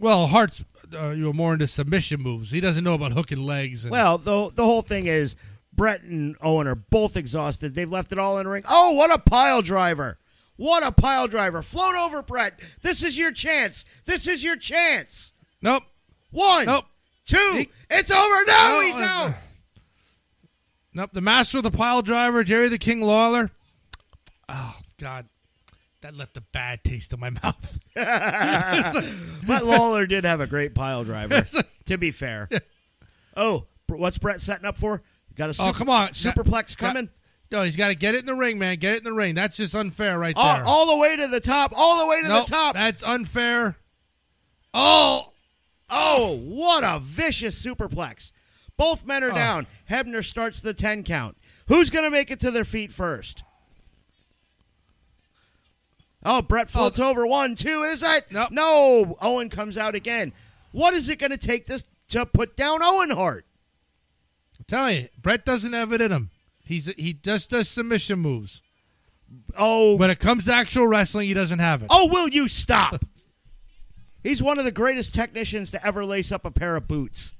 Speaker 2: well, Hart's uh, you were more into submission moves. He doesn't know about hooking legs. And,
Speaker 1: Well, the the whole thing is Brett and Owen are both exhausted. They've left it all in the ring. Oh, what a pile driver! What a pile driver! Float over, Brett. This is your chance. This is your chance.
Speaker 2: nope,
Speaker 1: One,
Speaker 2: nope,
Speaker 1: two. it's over. No,
Speaker 2: No,
Speaker 1: he's
Speaker 2: it's-
Speaker 1: out.
Speaker 2: nope. The master of the pile driver, Jerry the King Lawler. Oh God, that left a bad taste in my mouth.
Speaker 1: But Lawler did have a great pile driver. to be fair. Oh, Br- what's Brett setting up for? Got a super,
Speaker 2: Oh, come on.
Speaker 1: superplex
Speaker 2: That-
Speaker 1: coming
Speaker 2: No, he's got to get it in the ring, man. Get it in the ring. That's just unfair, right
Speaker 1: all,
Speaker 2: there.
Speaker 1: all the way to the top, all the way to
Speaker 2: Nope,
Speaker 1: the top.
Speaker 2: That's unfair. Oh,
Speaker 1: Oh, what a vicious superplex! Both men are
Speaker 2: Oh.
Speaker 1: down. Hebner starts the ten count. Who's gonna make it to their feet first? Oh, Brett floats over one, two. Is that
Speaker 2: Nope.
Speaker 1: no? Owen comes out again. What is it gonna take this to put down Owen Hart?
Speaker 2: I'm telling you, Brett doesn't have it in him. He's he just does submission moves.
Speaker 1: Oh,
Speaker 2: When it comes to actual wrestling, he doesn't have it.
Speaker 1: Oh, will you stop? He's one of the greatest technicians to ever lace up a pair of boots.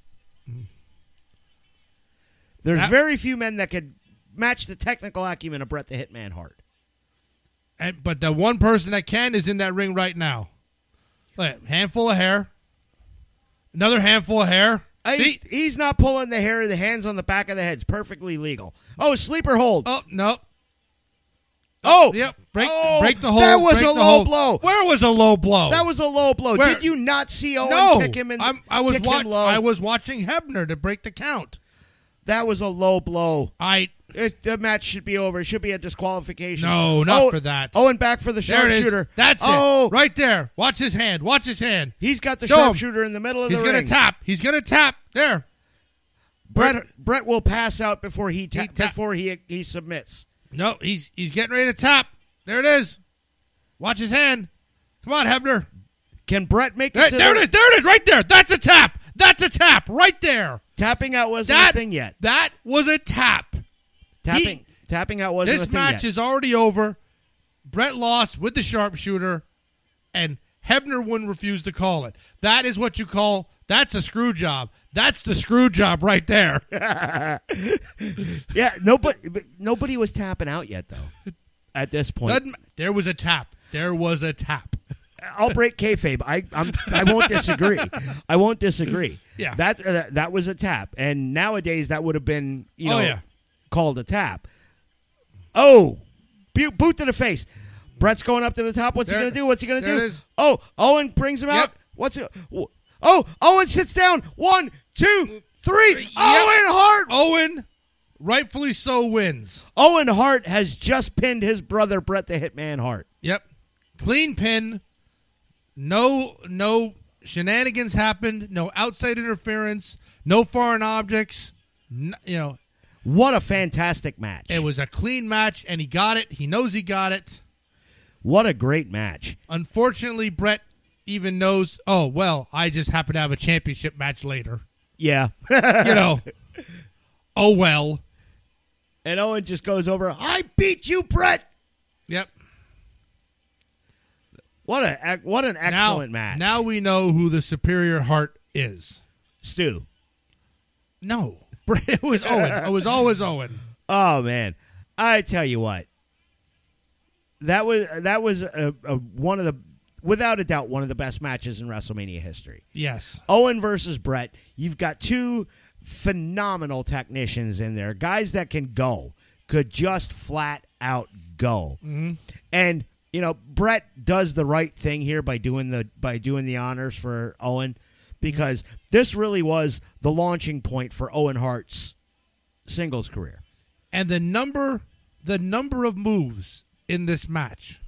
Speaker 1: There's
Speaker 2: That-
Speaker 1: very few men that could match the technical acumen of Brett the Hitman Hart.
Speaker 2: And, but the one person that can is in that ring right now. Look, handful of hair. Another handful of hair.
Speaker 1: I-
Speaker 2: See?
Speaker 1: he's not pulling the hair of the hands on the back of the head's perfectly legal. Oh, sleeper hold.
Speaker 2: Oh no.
Speaker 1: Oh,
Speaker 2: Yep. Break
Speaker 1: Oh,
Speaker 2: break the hold.
Speaker 1: That was
Speaker 2: break
Speaker 1: a
Speaker 2: the
Speaker 1: low
Speaker 2: hold.
Speaker 1: blow.
Speaker 2: Where was a low blow?
Speaker 1: That was a low blow.
Speaker 2: Where-
Speaker 1: Did you not see Owen
Speaker 2: no.
Speaker 1: kick him in?
Speaker 2: I'm, I was
Speaker 1: kick
Speaker 2: wa-
Speaker 1: him low.
Speaker 2: I was watching Hebner to break the count.
Speaker 1: that was a low blow.
Speaker 2: I
Speaker 1: It, the match should be over. It should be a disqualification.
Speaker 2: No, not
Speaker 1: Oh,
Speaker 2: for that.
Speaker 1: Owen back for the
Speaker 2: there it is.
Speaker 1: sharpshooter.
Speaker 2: That's
Speaker 1: oh,
Speaker 2: it. Right there. Watch his hand. Watch his hand.
Speaker 1: He's got the
Speaker 2: Show him.
Speaker 1: sharpshooter in the middle of
Speaker 2: He's
Speaker 1: the
Speaker 2: gonna
Speaker 1: ring.
Speaker 2: tap. He's gonna tap. There.
Speaker 1: Brett Brett will pass out before he, ta-
Speaker 2: He tap-
Speaker 1: before he he submits.
Speaker 2: No, he's he's getting ready to tap. There it is. Watch his hand. Come on, Hebner.
Speaker 1: Can Brett make it?
Speaker 2: Hey,
Speaker 1: to
Speaker 2: there
Speaker 1: the-
Speaker 2: it is. There it is. Right there. That's a tap. That's a tap. Right there.
Speaker 1: Tapping out wasn't
Speaker 2: That
Speaker 1: a thing yet.
Speaker 2: That was a tap.
Speaker 1: Tapping tapping out wasn't a
Speaker 2: This
Speaker 1: thing
Speaker 2: match
Speaker 1: yet.
Speaker 2: is already over. Brett lost with the sharpshooter, and Hebner wouldn't refuse to call it. That is what you call. That's a screw job. That's the screw job right there.
Speaker 1: yeah, nobody but nobody was tapping out yet though. At this point,
Speaker 2: Doesn't ma- there was a tap. There was a tap.
Speaker 1: I'll break kayfabe. I I'm, I won't disagree. I won't disagree.
Speaker 2: Yeah.
Speaker 1: that uh, that was a tap, and nowadays that would have been you know
Speaker 2: Oh, yeah.
Speaker 1: called a tap. Oh, bu- boot to the face. Brett's going up to the top. What's
Speaker 2: There-
Speaker 1: he gonna do? What's he gonna
Speaker 2: there
Speaker 1: do?
Speaker 2: it is.
Speaker 1: Oh, Owen brings him out.
Speaker 2: Yep.
Speaker 1: What's it? wh- Oh, Owen sits down. One, two, three. Owen Hart.
Speaker 2: Owen, rightfully so, wins.
Speaker 1: Owen Hart has just pinned his brother Brett the Hitman Hart.
Speaker 2: Yep. Clean pin. No no shenanigans happened. No outside interference. No foreign objects. N- you know,
Speaker 1: What a fantastic match!
Speaker 2: it was a clean match and he got it. He knows he got it.
Speaker 1: what a great match.
Speaker 2: Unfortunately, Brett even knows, "Oh, well, I just happen to have a championship match later."
Speaker 1: Yeah.
Speaker 2: You know. oh well.
Speaker 1: And Owen just goes over, I beat you, Brett.
Speaker 2: Yep.
Speaker 1: What a what an excellent
Speaker 2: now,
Speaker 1: match.
Speaker 2: Now we know who the superior heart is.
Speaker 1: Stu.
Speaker 2: No. Brett- It was Owen. It was always Owen.
Speaker 1: Oh man. I tell you what. That was that was a, a, one of the without a doubt, one of the best matches in WrestleMania history.
Speaker 2: Yes.
Speaker 1: Owen versus Brett, you've got two phenomenal technicians in there, guys that can go, could just flat out go. And you know, Brett does the right thing here by doing the by doing the honors for Owen because this really was the launching point for Owen Hart's singles career.
Speaker 2: and the number the number of moves in this match.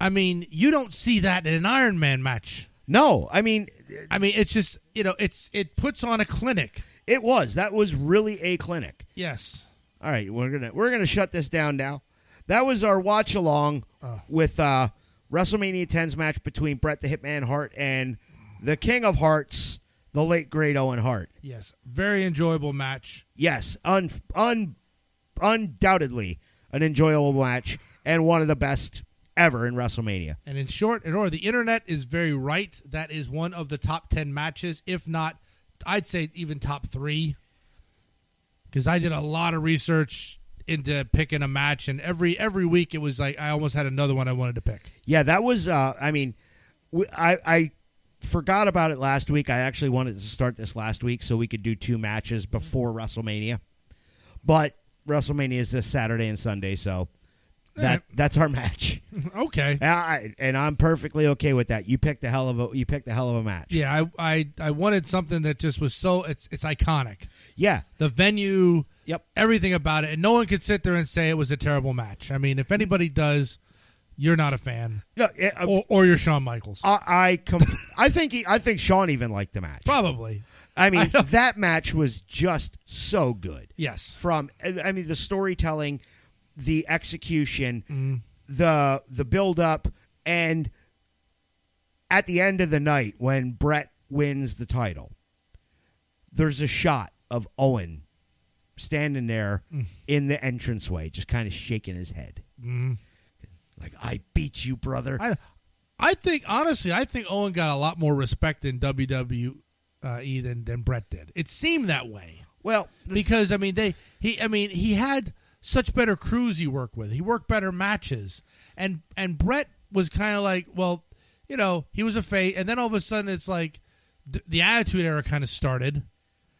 Speaker 2: I mean, you don't see that in an Iron Man match.
Speaker 1: No, I mean
Speaker 2: I mean, it's just you know, it's it puts on a clinic.
Speaker 1: it was that was really a clinic.
Speaker 2: Yes.
Speaker 1: All right, we're gonna we're gonna shut this down now. That was our watch along with uh, WrestleMania 10's match between Bret the Hitman Hart and the King of Hearts, the late great Owen Hart.
Speaker 2: Yes. Very enjoyable match.
Speaker 1: Yes, un, un undoubtedly an enjoyable match and one of the best ever in WrestleMania.
Speaker 2: And in short, and or the internet is very right. That is one of the top ten matches, if not, I'd say even top three. Because I did a lot of research into picking a match, and every every week it was like I almost had another one I wanted to pick.
Speaker 1: Yeah, that was. Uh, I mean, w I I I forgot about it last week. I actually wanted to start this last week so we could do two matches before WrestleMania, but WrestleMania is this Saturday and Sunday, so that that's our match.
Speaker 2: okay.
Speaker 1: And, I, and I'm perfectly okay with that. You picked a hell of a you picked a hell of a match.
Speaker 2: Yeah, I, I I wanted something that just was so it's it's iconic.
Speaker 1: Yeah.
Speaker 2: The venue,
Speaker 1: Yep.
Speaker 2: everything about it, and no one could sit there and say it was a terrible match. I mean, if anybody does, you're not a fan,
Speaker 1: No, it, uh,
Speaker 2: or, or you're Shawn Michaels,
Speaker 1: I I, com- I think he, I think Sean even liked the match.
Speaker 2: probably.
Speaker 1: I mean, that match was just so good.
Speaker 2: Yes,
Speaker 1: from I mean the storytelling, the execution, the the build up and at the end of the night when Brett wins the title. There's a shot of Owen standing there in the entranceway just kind of shaking his head. Like I beat you, brother.
Speaker 2: I I think honestly, I think Owen got a lot more respect in WWE than than Brett did. It seemed that way.
Speaker 1: well,
Speaker 2: because I mean they he I mean he had such better crews he worked with. He worked better matches, and and Brett was kind of like, well, you know, he was a face, and then all of a sudden it's like th- the Attitude Era kind of started,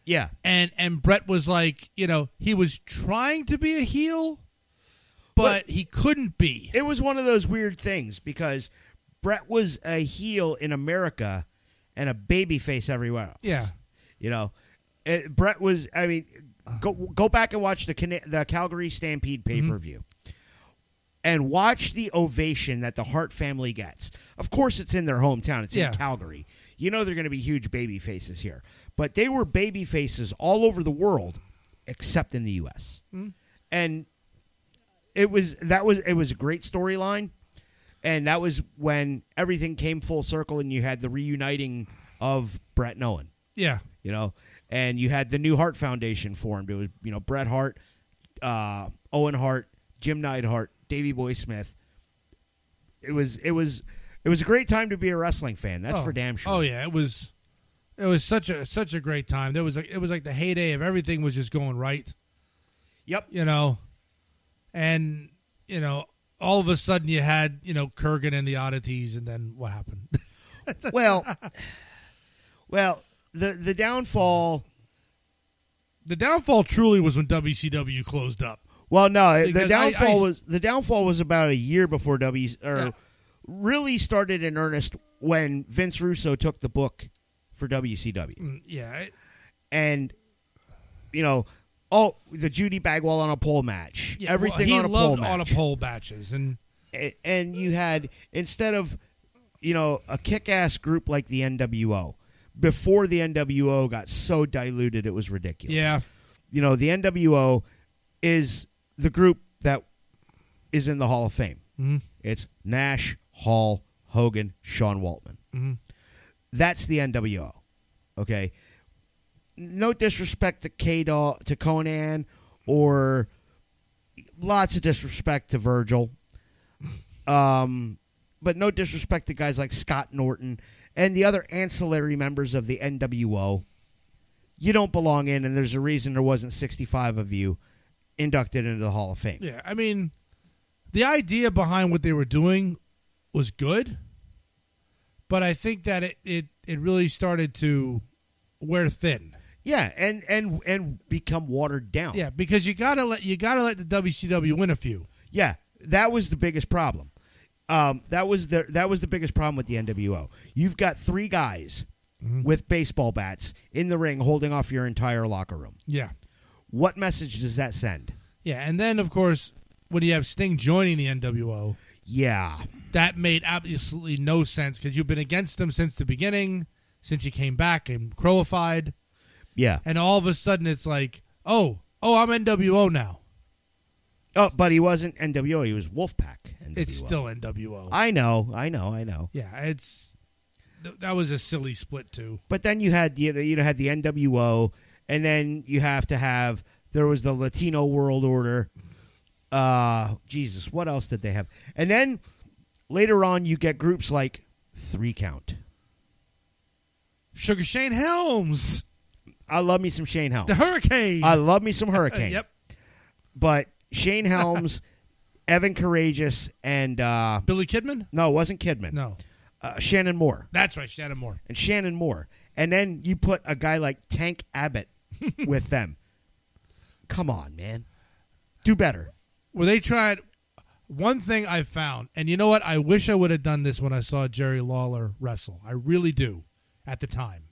Speaker 1: yeah.
Speaker 2: and and Brett was like, you know, he was trying to be a heel, but he couldn't be.
Speaker 1: it was one of those weird things because Brett was a heel in America and a babyface everywhere else.
Speaker 2: Yeah.
Speaker 1: you know, it, Brett was. I mean, go go back and watch the Cana- the Calgary Stampede pay per view, and watch the ovation that the Hart family gets. Of course, it's in their hometown. It's
Speaker 2: Yeah.
Speaker 1: in Calgary. You know they're going to be huge baby faces here, but they were baby faces all over the world, except in the U.S. And it was that was it was a great storyline and that was when everything came full circle and you had the reuniting of Brett and Owen,
Speaker 2: yeah,
Speaker 1: you know, and you had the new Hart Foundation formed. It was, you know, Bret Hart, uh, Owen Hart, Jim Neidhart, Davey Boy Smith. It was it was it was a great time to be a wrestling fan. That's
Speaker 2: Oh.
Speaker 1: for damn sure.
Speaker 2: Oh yeah, it was. It was such a such a great time. There was like it was like the heyday of everything was just going right.
Speaker 1: Yep.
Speaker 2: you know, and you know, all of a sudden you had you know Kurgan and the oddities, and then what happened?
Speaker 1: Well, well, the the downfall.
Speaker 2: the downfall truly was when WCW closed up.
Speaker 1: Well, no, the
Speaker 2: Because I-
Speaker 1: downfall
Speaker 2: I-
Speaker 1: was the downfall was about a year before W or
Speaker 2: Yeah.
Speaker 1: really started in earnest when Vince Russo took the book for WCW,
Speaker 2: Mm, Yeah, it-
Speaker 1: and you know, oh, the Judy Bagwell on a pole match,
Speaker 2: yeah,
Speaker 1: everything
Speaker 2: well, he
Speaker 1: on a pole
Speaker 2: loved
Speaker 1: match,
Speaker 2: on a pole matches, and
Speaker 1: A- and you had instead of you know a kick-ass group like the NWO before the NWO got so diluted it was ridiculous
Speaker 2: yeah,
Speaker 1: you know, the NWO is the group that is in the Hall of Fame. Mm-hmm. It's Nash, Hall, Hogan, Sean Waltman. That's the NWO. Okay. No disrespect to K Dog to Conan or lots of disrespect to Virgil. Um but no disrespect to guys like Scott Norton and the other ancillary members of the NWO you don't belong in, and there's a reason there wasn't 65 of you inducted into the Hall of Fame.
Speaker 2: yeah. I mean, the idea behind what they were doing was good, but I think that it it, it really started to wear thin.
Speaker 1: Yeah, and and and become watered down.
Speaker 2: Yeah, because you gotta let you gotta let the WCW win a few.
Speaker 1: Yeah, that was the biggest problem. Um, that was the that was the biggest problem with the NWO. You've got three guys
Speaker 2: Mm-hmm.
Speaker 1: with baseball bats in the ring holding off your entire locker room.
Speaker 2: Yeah,
Speaker 1: What message does that send?
Speaker 2: yeah, and then of course when you have Sting joining the NWO,
Speaker 1: Yeah,
Speaker 2: that made absolutely no sense because you've been against them since the beginning, since you came back and crowified,
Speaker 1: yeah.
Speaker 2: and all of a sudden it's like, oh, oh, I'm NWO now.
Speaker 1: Oh, but he wasn't NWO. He was Wolfpack. NWO.
Speaker 2: It's still NWO.
Speaker 1: I know, I know, I know.
Speaker 2: yeah, it's th- that was a silly split too.
Speaker 1: But then you had you know, you had the NWO, and then you have to have there was the Latino World Order. Uh Jesus, what else did they have? And then later on, you get groups like Three Count.
Speaker 2: Sugar Shane Helms,
Speaker 1: I love me some Shane Helms.
Speaker 2: the Hurricane. Uh,
Speaker 1: I love me some Hurricane.
Speaker 2: Yep,
Speaker 1: But Shane Helms, Evan Courageous, and uh,
Speaker 2: Billy Kidman.
Speaker 1: no, it wasn't Kidman.
Speaker 2: No,
Speaker 1: Uh, Shannon Moore.
Speaker 2: that's right, Shannon Moore.
Speaker 1: and Shannon Moore. And then you put a guy like Tank Abbott with them. Come on, man. Do better.
Speaker 2: Were they tried? One thing I found, and you know what? I wish I would have done this when I saw Jerry Lawler wrestle. I really do. At the time,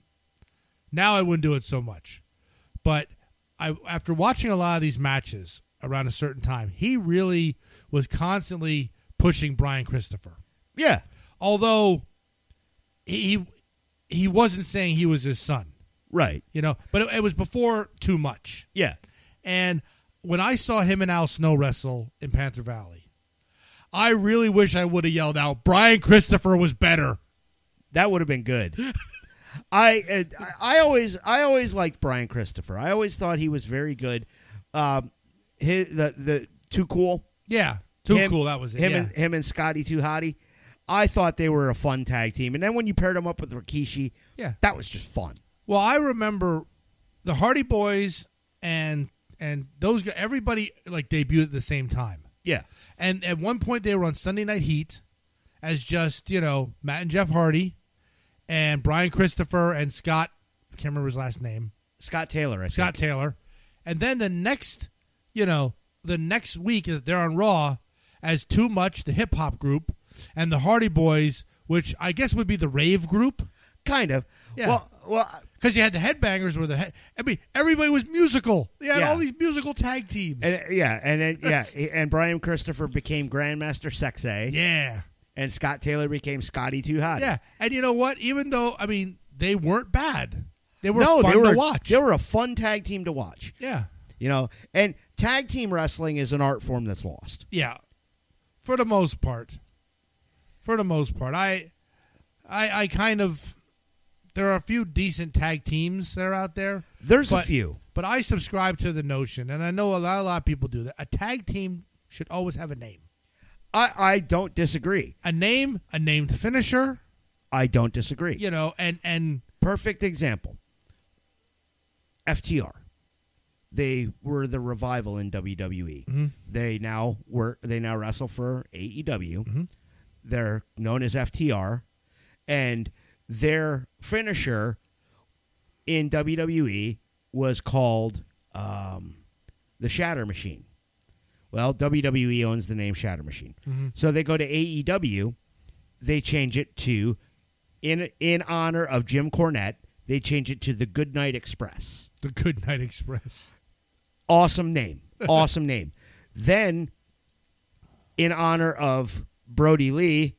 Speaker 2: now I wouldn't do it so much, but I after watching a lot of these matches around a certain time, he really was constantly pushing Brian Christopher.
Speaker 1: Yeah.
Speaker 2: although he he wasn't saying he was his son,
Speaker 1: Right.
Speaker 2: you know, but it, it was before too much.
Speaker 1: Yeah.
Speaker 2: And when I saw him and Al Snow wrestle in Panther Valley, I really wish I would have yelled out, "Brian Christopher was better."
Speaker 1: That would have been good. I uh, I I always I always liked Brian Christopher. I always thought he was very good. Um, his, the the too cool.
Speaker 2: Yeah, too
Speaker 1: Him-
Speaker 2: cool. That was it.
Speaker 1: him
Speaker 2: yeah.
Speaker 1: and him and Scotty Too Hottie. I thought they were a fun tag team, and then when you paired them up with Rikishi,
Speaker 2: Yeah.
Speaker 1: that was just fun.
Speaker 2: Well, I remember the Hardy Boys and and those guys, everybody like debuted at the same time.
Speaker 1: Yeah,
Speaker 2: And at one point, they were on Sunday Night Heat as just, you know, Matt and Jeff Hardy and Brian Christopher and Scott, I can't remember his last name,
Speaker 1: Scott Taylor. I
Speaker 2: Scott Taylor. And then the next, you know, the next week, they're on Raw as Too Much, the hip hop group, and the Hardy Boys, which I guess would be the rave group.
Speaker 1: think. kind of.
Speaker 2: Yeah.
Speaker 1: Well, well,
Speaker 2: Because you had the headbangers were the head. I mean, everybody was musical. They had
Speaker 1: Yeah.
Speaker 2: all these musical tag teams.
Speaker 1: And, yeah, and then yeah, and Brian Christopher became Grandmaster Sexay,
Speaker 2: yeah.
Speaker 1: and Scott Taylor became Scotty Too Hot.
Speaker 2: Yeah, and you know what? Even though I mean they weren't bad, they were
Speaker 1: no,
Speaker 2: fun
Speaker 1: they were
Speaker 2: to watch.
Speaker 1: they were a fun tag team to watch.
Speaker 2: yeah,
Speaker 1: You know, and tag team wrestling is an art form that's lost.
Speaker 2: yeah, for the most part. For the most part, I, I, I kind of. There are a few decent tag teams that are out there,
Speaker 1: There's
Speaker 2: But-
Speaker 1: a few.
Speaker 2: but I subscribe to the notion, and I know a lot, a lot of people do that. A tag team should always have a name,
Speaker 1: I I don't disagree.
Speaker 2: a name, a named finisher,
Speaker 1: I don't disagree.
Speaker 2: you know, and and
Speaker 1: Perfect example. FTR. They were the revival in WWE. They now were they now wrestle for AEW. They're known as FTR and their finisher in WWE was called um, the Shatter Machine. Well, WWE owns the name Shatter Machine. So they go to AEW, they change it to in in honor of Jim Cornette, they change it to the Goodnight Express.
Speaker 2: the Good Night Express.
Speaker 1: Awesome name. Awesome name. Then in honor of Brody Lee,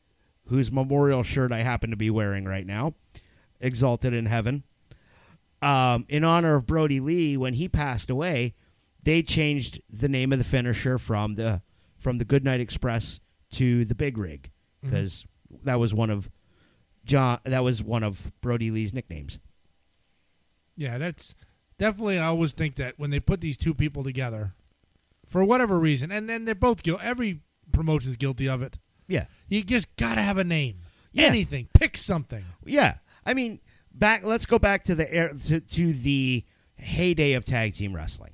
Speaker 1: whose memorial shirt I happen to be wearing right now, exalted in heaven. Um, in honor of Brody Lee, when he passed away, they changed the name of the finisher from the from the Goodnight Express to the Big Rig because that was one of John. That was one of Brody Lee's nicknames.
Speaker 2: Yeah, that's definitely. I always think that when they put these two people together, for whatever reason, and then they're both guilty. Every promotion's guilty of it.
Speaker 1: Yeah,
Speaker 2: You just gotta have a name.
Speaker 1: Yeah.
Speaker 2: Anything. Pick something.
Speaker 1: Yeah, I mean, back. Let's go back to the air to, to the heyday of tag team wrestling.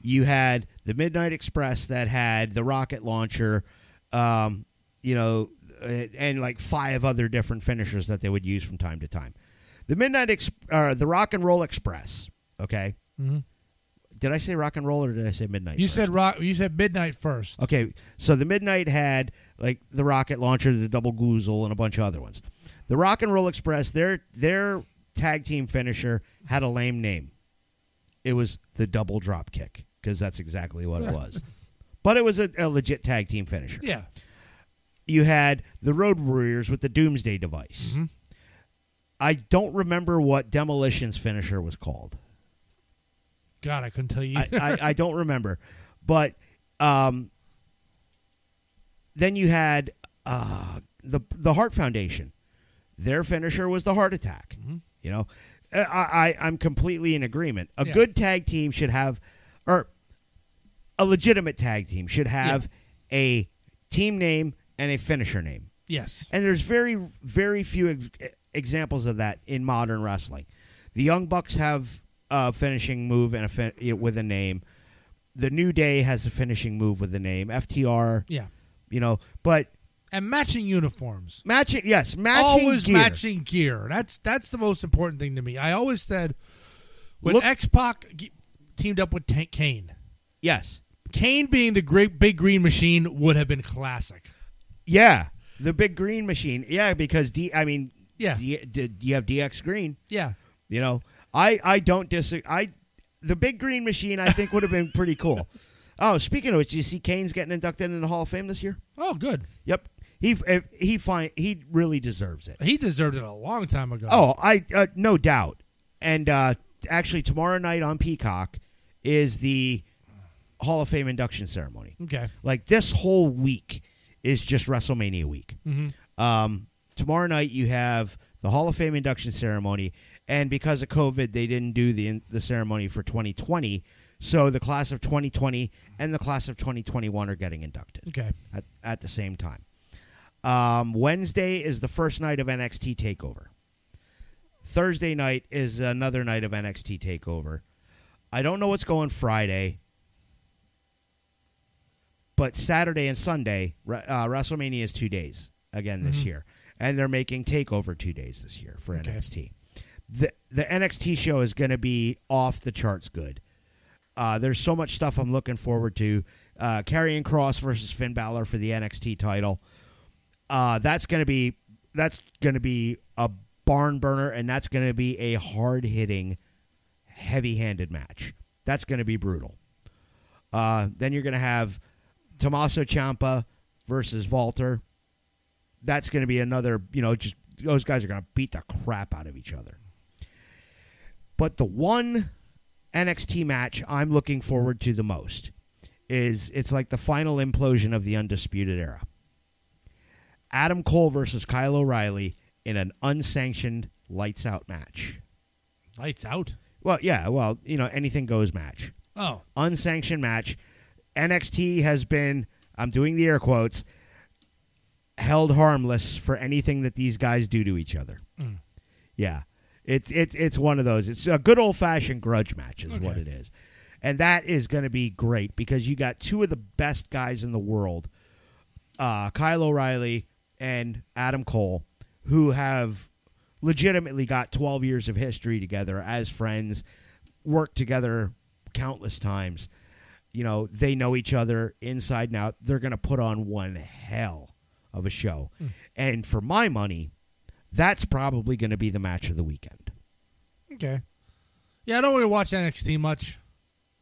Speaker 1: You had the Midnight Express that had the rocket launcher, um, you know, uh, and like five other different finishers that they would use from time to time. The Midnight Ex- uh, the Rock and Roll Express. Okay,
Speaker 2: Mhm.
Speaker 1: did I say Rock and Roll or did I say Midnight?
Speaker 2: You
Speaker 1: first?
Speaker 2: said rock. You said midnight first.
Speaker 1: Okay, so the Midnight had like the rocket launcher, the double goozle, and a bunch of other ones. The Rock and Roll Express, their their tag team finisher had a lame name. It was the double drop kick because that's exactly what it was. But it was a, a legit tag team finisher.
Speaker 2: Yeah.
Speaker 1: You had the Road Warriors with the Doomsday device.
Speaker 2: Mhm.
Speaker 1: I don't remember what Demolition's finisher was called.
Speaker 2: God, I couldn't tell you.
Speaker 1: I, I, I don't remember. But um, then you had uh, the the Heart Foundation. Their finisher was the heart attack. You know, I, I I'm completely in agreement. A
Speaker 2: Yeah.
Speaker 1: good tag team should have, or a legitimate tag team should have a team name and a finisher name.
Speaker 2: yes.
Speaker 1: And there's very, very few ex- e, examples of that in modern wrestling. The Young Bucks have a finishing move and a fin- you know, with a name. The New Day has a finishing move with a name. FTR,
Speaker 2: Yeah.
Speaker 1: you know, but
Speaker 2: And matching uniforms.
Speaker 1: matching, yes, matching
Speaker 2: always
Speaker 1: gear.
Speaker 2: matching gear. That's that's the most important thing to me. I always said when
Speaker 1: Look-
Speaker 2: X Pac g- teamed up with Tank Kane,
Speaker 1: Yes,
Speaker 2: Kane being the great big green machine would have been classic.
Speaker 1: yeah, the Big Green Machine, yeah, because D, I mean,
Speaker 2: Yeah.
Speaker 1: D, D, you have DX Green,
Speaker 2: Yeah,
Speaker 1: you know. I I don't disagree. I the Big Green Machine, I think, would have been pretty cool. Oh, speaking of which, you see Kane's getting inducted into the Hall of Fame this year.
Speaker 2: Oh, good.
Speaker 1: Yep. He eh, he fine he really deserves it.
Speaker 2: He deserved it a long time ago.
Speaker 1: Oh, I uh, no doubt. And uh, actually tomorrow night on Peacock is the Hall of Fame induction ceremony.
Speaker 2: okay.
Speaker 1: Like this whole week is just WrestleMania week.
Speaker 2: Mm-hmm.
Speaker 1: Um, tomorrow night you have the Hall of Fame induction ceremony, and because of COVID, they didn't do the in- the ceremony for 2020. So the class of 2020 and the class of 2021 are getting inducted
Speaker 2: Okay.
Speaker 1: at, at the same time. Um, Wednesday is the first night of NXT Takeover. Thursday night is another night of NXT Takeover. I don't know what's going Friday, but Saturday and Sunday, Re- uh, WrestleMania is two days again this year, and they're making Takeover two days this year for
Speaker 2: Okay.
Speaker 1: NXT. The the NXT show is going to be off the charts good. Uh, there's so much stuff I'm looking forward to. Uh, Karrion Cross versus Finn Balor for the NXT title. Uh, that's gonna be that's gonna be a barn burner, and that's gonna be a hard hitting, heavy handed match. That's gonna be brutal. Uh, then you're gonna have Tommaso Ciampa versus Walter. That's gonna be another. You know, just those guys are gonna beat the crap out of each other. But the one NXT match I'm looking forward to the most is it's like the final implosion of the Undisputed Era. Adam Cole versus Kyle O'Reilly in an unsanctioned lights out match.
Speaker 2: Lights out.
Speaker 1: Well, yeah, well, you know, anything goes match.
Speaker 2: Oh,
Speaker 1: Unsanctioned match. NXT has been, I'm doing the air quotes, held harmless for anything that these guys do to each other. Yeah. It's it's it's one of those. It's a good old fashioned grudge match is what it is. And that is going to be great because you got two of the best guys in the world. Uh, Kyle O'Reilly and Adam Cole who have legitimately got 12 years of history together as friends, worked together countless times. You know, they know each other inside and out. They're going to put on one hell of a show. And for my money, that's probably going to be the match of the weekend.
Speaker 2: okay. Yeah, I don't really watch NXT much.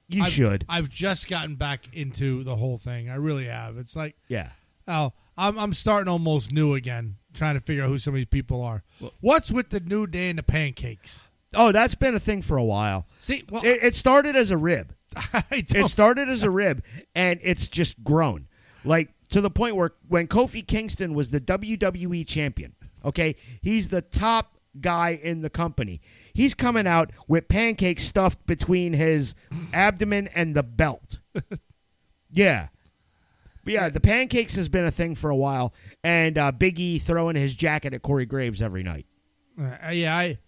Speaker 1: You
Speaker 2: I've-
Speaker 1: should.
Speaker 2: I've just gotten back into the whole thing. I really have. It's like
Speaker 1: yeah.
Speaker 2: Oh, I'm I'm starting almost new again, trying to figure out who some of these people are. What's with the new day and the pancakes?
Speaker 1: Oh, that's been a thing for a while.
Speaker 2: See, well,
Speaker 1: It, it started as a rib.
Speaker 2: I don't,
Speaker 1: It started as a rib, and it's just grown. Like, to the point where when Kofi Kingston was the WWE champion, okay, he's the top guy in the company. He's coming out with pancakes stuffed between his abdomen and the belt. Yeah. But yeah, the pancakes has been a thing for a while, and uh, Big E throwing his jacket at Corey Graves every night.
Speaker 2: Uh, yeah, I,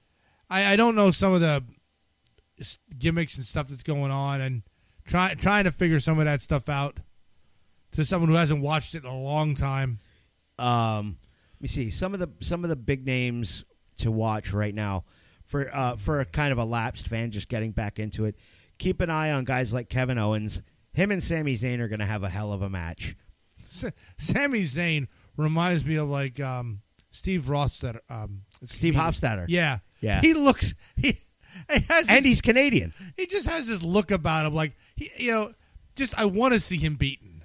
Speaker 2: I I don't know some of the s- gimmicks and stuff that's going on, and trying trying to figure some of that stuff out to someone who hasn't watched it in a long time.
Speaker 1: Um, let me see some of the some of the big names to watch right now for uh, for a kind of a lapsed fan just getting back into it. Keep an eye on guys like Kevin Owens. Him and Sami Zayn are going to have a hell of a match.
Speaker 2: Sa- Sami Zayn reminds me of like um, Steve Ross said. Um, it's
Speaker 1: Steve
Speaker 2: comedian.
Speaker 1: Hofstadter.
Speaker 2: Yeah,
Speaker 1: Yeah.
Speaker 2: He looks he, he has
Speaker 1: and
Speaker 2: this-
Speaker 1: he's Canadian.
Speaker 2: he just has this look about him like he, you know just I want to see him beaten.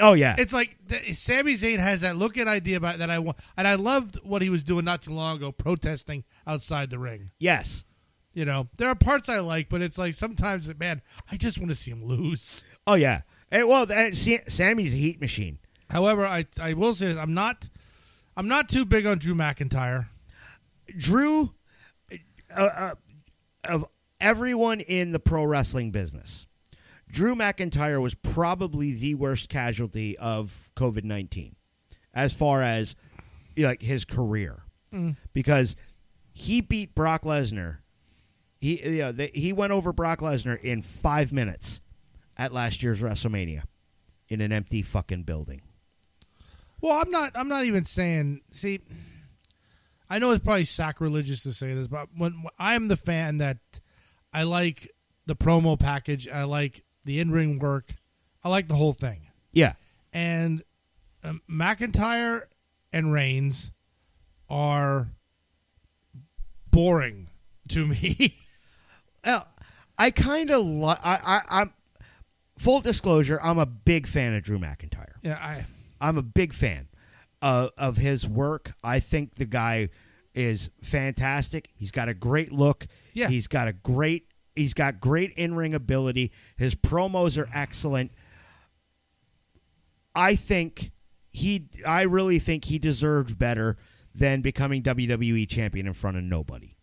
Speaker 1: Oh yeah,
Speaker 2: It's like the, Sami Zayn has that look and idea about that I want, and I loved what he was doing not too long ago, protesting outside the ring.
Speaker 1: yes.
Speaker 2: You know, there are parts I like, but it's like sometimes, man, I just want to see him lose.
Speaker 1: Oh yeah. And, well, that, Sa- Sammy's a heat machine.
Speaker 2: However, I I will say this: I'm not I'm not too big on Drew McIntyre.
Speaker 1: Drew, uh, uh, of everyone in the pro wrestling business, Drew McIntyre was probably the worst casualty of COVID nineteen, as far as you know, like his career, because he beat Brock Lesnar. He you know, they, he went over Brock Lesnar in five minutes at last year's WrestleMania in an empty fucking building.
Speaker 2: Well, I'm not I'm not even saying. See, I know it's probably sacrilegious to say this, but when, when I'm the fan that I like the promo package, I like the in ring work, I like the whole thing.
Speaker 1: Yeah,
Speaker 2: and um, McIntyre and Reigns are boring to me.
Speaker 1: Well, I kind of like. I, I, I'm full disclosure. I'm a big fan of Drew McIntyre.
Speaker 2: yeah, I
Speaker 1: I'm a big fan uh, of his work. I think the guy is fantastic. He's got a great look.
Speaker 2: Yeah.
Speaker 1: he's got a great. He's got great in ring ability. His promos are excellent. I think he. I really think he deserved better than becoming WWE champion in front of nobody.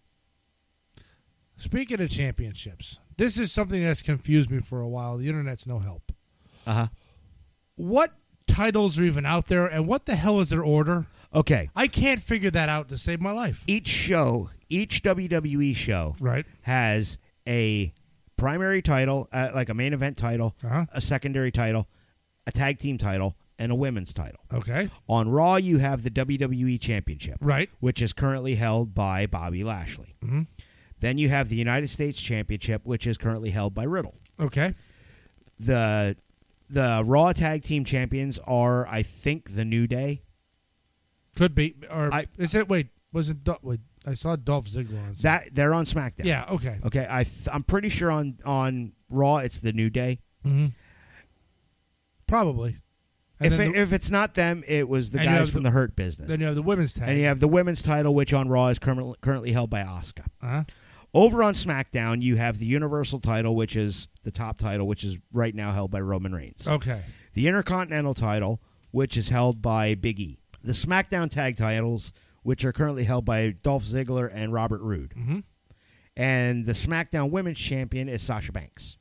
Speaker 2: speaking of championships, this is something that's confused me for a while. The internet's no help.
Speaker 1: Uh huh.
Speaker 2: What titles are even out there, and what the hell is their order?
Speaker 1: Okay.
Speaker 2: I can't figure that out to save my life.
Speaker 1: each show, each WWE show,
Speaker 2: Right.
Speaker 1: has a primary title, uh, like a main event title,
Speaker 2: Uh-huh.
Speaker 1: a secondary title, a tag team title, and a women's title.
Speaker 2: Okay.
Speaker 1: On Raw, you have the WWE Championship,
Speaker 2: Right.
Speaker 1: which is currently held by Bobby Lashley.
Speaker 2: Mhm.
Speaker 1: Then you have the United States Championship, which is currently held by Riddle.
Speaker 2: Okay.
Speaker 1: the The Raw Tag Team Champions are, I think, the New Day.
Speaker 2: Could be. Or
Speaker 1: I-
Speaker 2: is it? Wait. Was it? Dol- Wait. I saw Dolph Ziggler. On something.
Speaker 1: That they're on SmackDown.
Speaker 2: Yeah. Okay.
Speaker 1: Okay, I th- I'm pretty sure on on Raw it's the New Day.
Speaker 2: Mm-hmm. Probably. And
Speaker 1: if
Speaker 2: then
Speaker 1: it,
Speaker 2: the-
Speaker 1: if it's not them, it was the
Speaker 2: And you
Speaker 1: guys
Speaker 2: have
Speaker 1: from
Speaker 2: the-
Speaker 1: the, Hurt Business.
Speaker 2: Then you have the women's tag.
Speaker 1: and you have the women's title, which on Raw is currently currently held by Asuka.
Speaker 2: uh-huh.
Speaker 1: Over on SmackDown, you have the Universal title, which is the top title, which is right now held by Roman Reigns.
Speaker 2: Okay.
Speaker 1: The Intercontinental title, which is held by Big E. The SmackDown tag titles, which are currently held by Dolph Ziggler and Robert Roode.
Speaker 2: Mhm.
Speaker 1: And the SmackDown Women's Champion is Sasha Banks.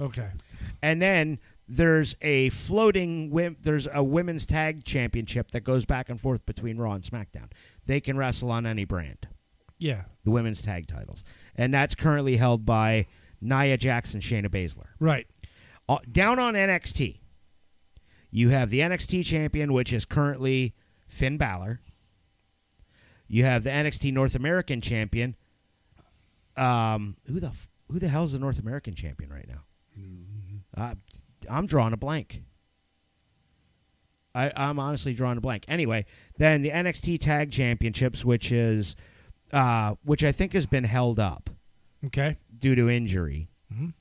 Speaker 2: Okay.
Speaker 1: and then there's a floating wim- there's a women's tag championship that goes back and forth between Raw and SmackDown. They can wrestle on any brand,
Speaker 2: Yeah.
Speaker 1: the women's tag titles, and that's currently held by Nia Jackson, Shayna Baszler.
Speaker 2: Right.
Speaker 1: Uh, down on NXT, you have the NXT champion, which is currently Finn Balor. You have the NXT North American champion. Um, who the f- who the hell is the North American champion right now? Uh, I'm drawing a blank. I, I'm honestly drawing a blank. Anyway, then the NXT Tag Championships, which is uh, which I think has been held up
Speaker 2: Okay.
Speaker 1: due to injury.
Speaker 2: Mhm.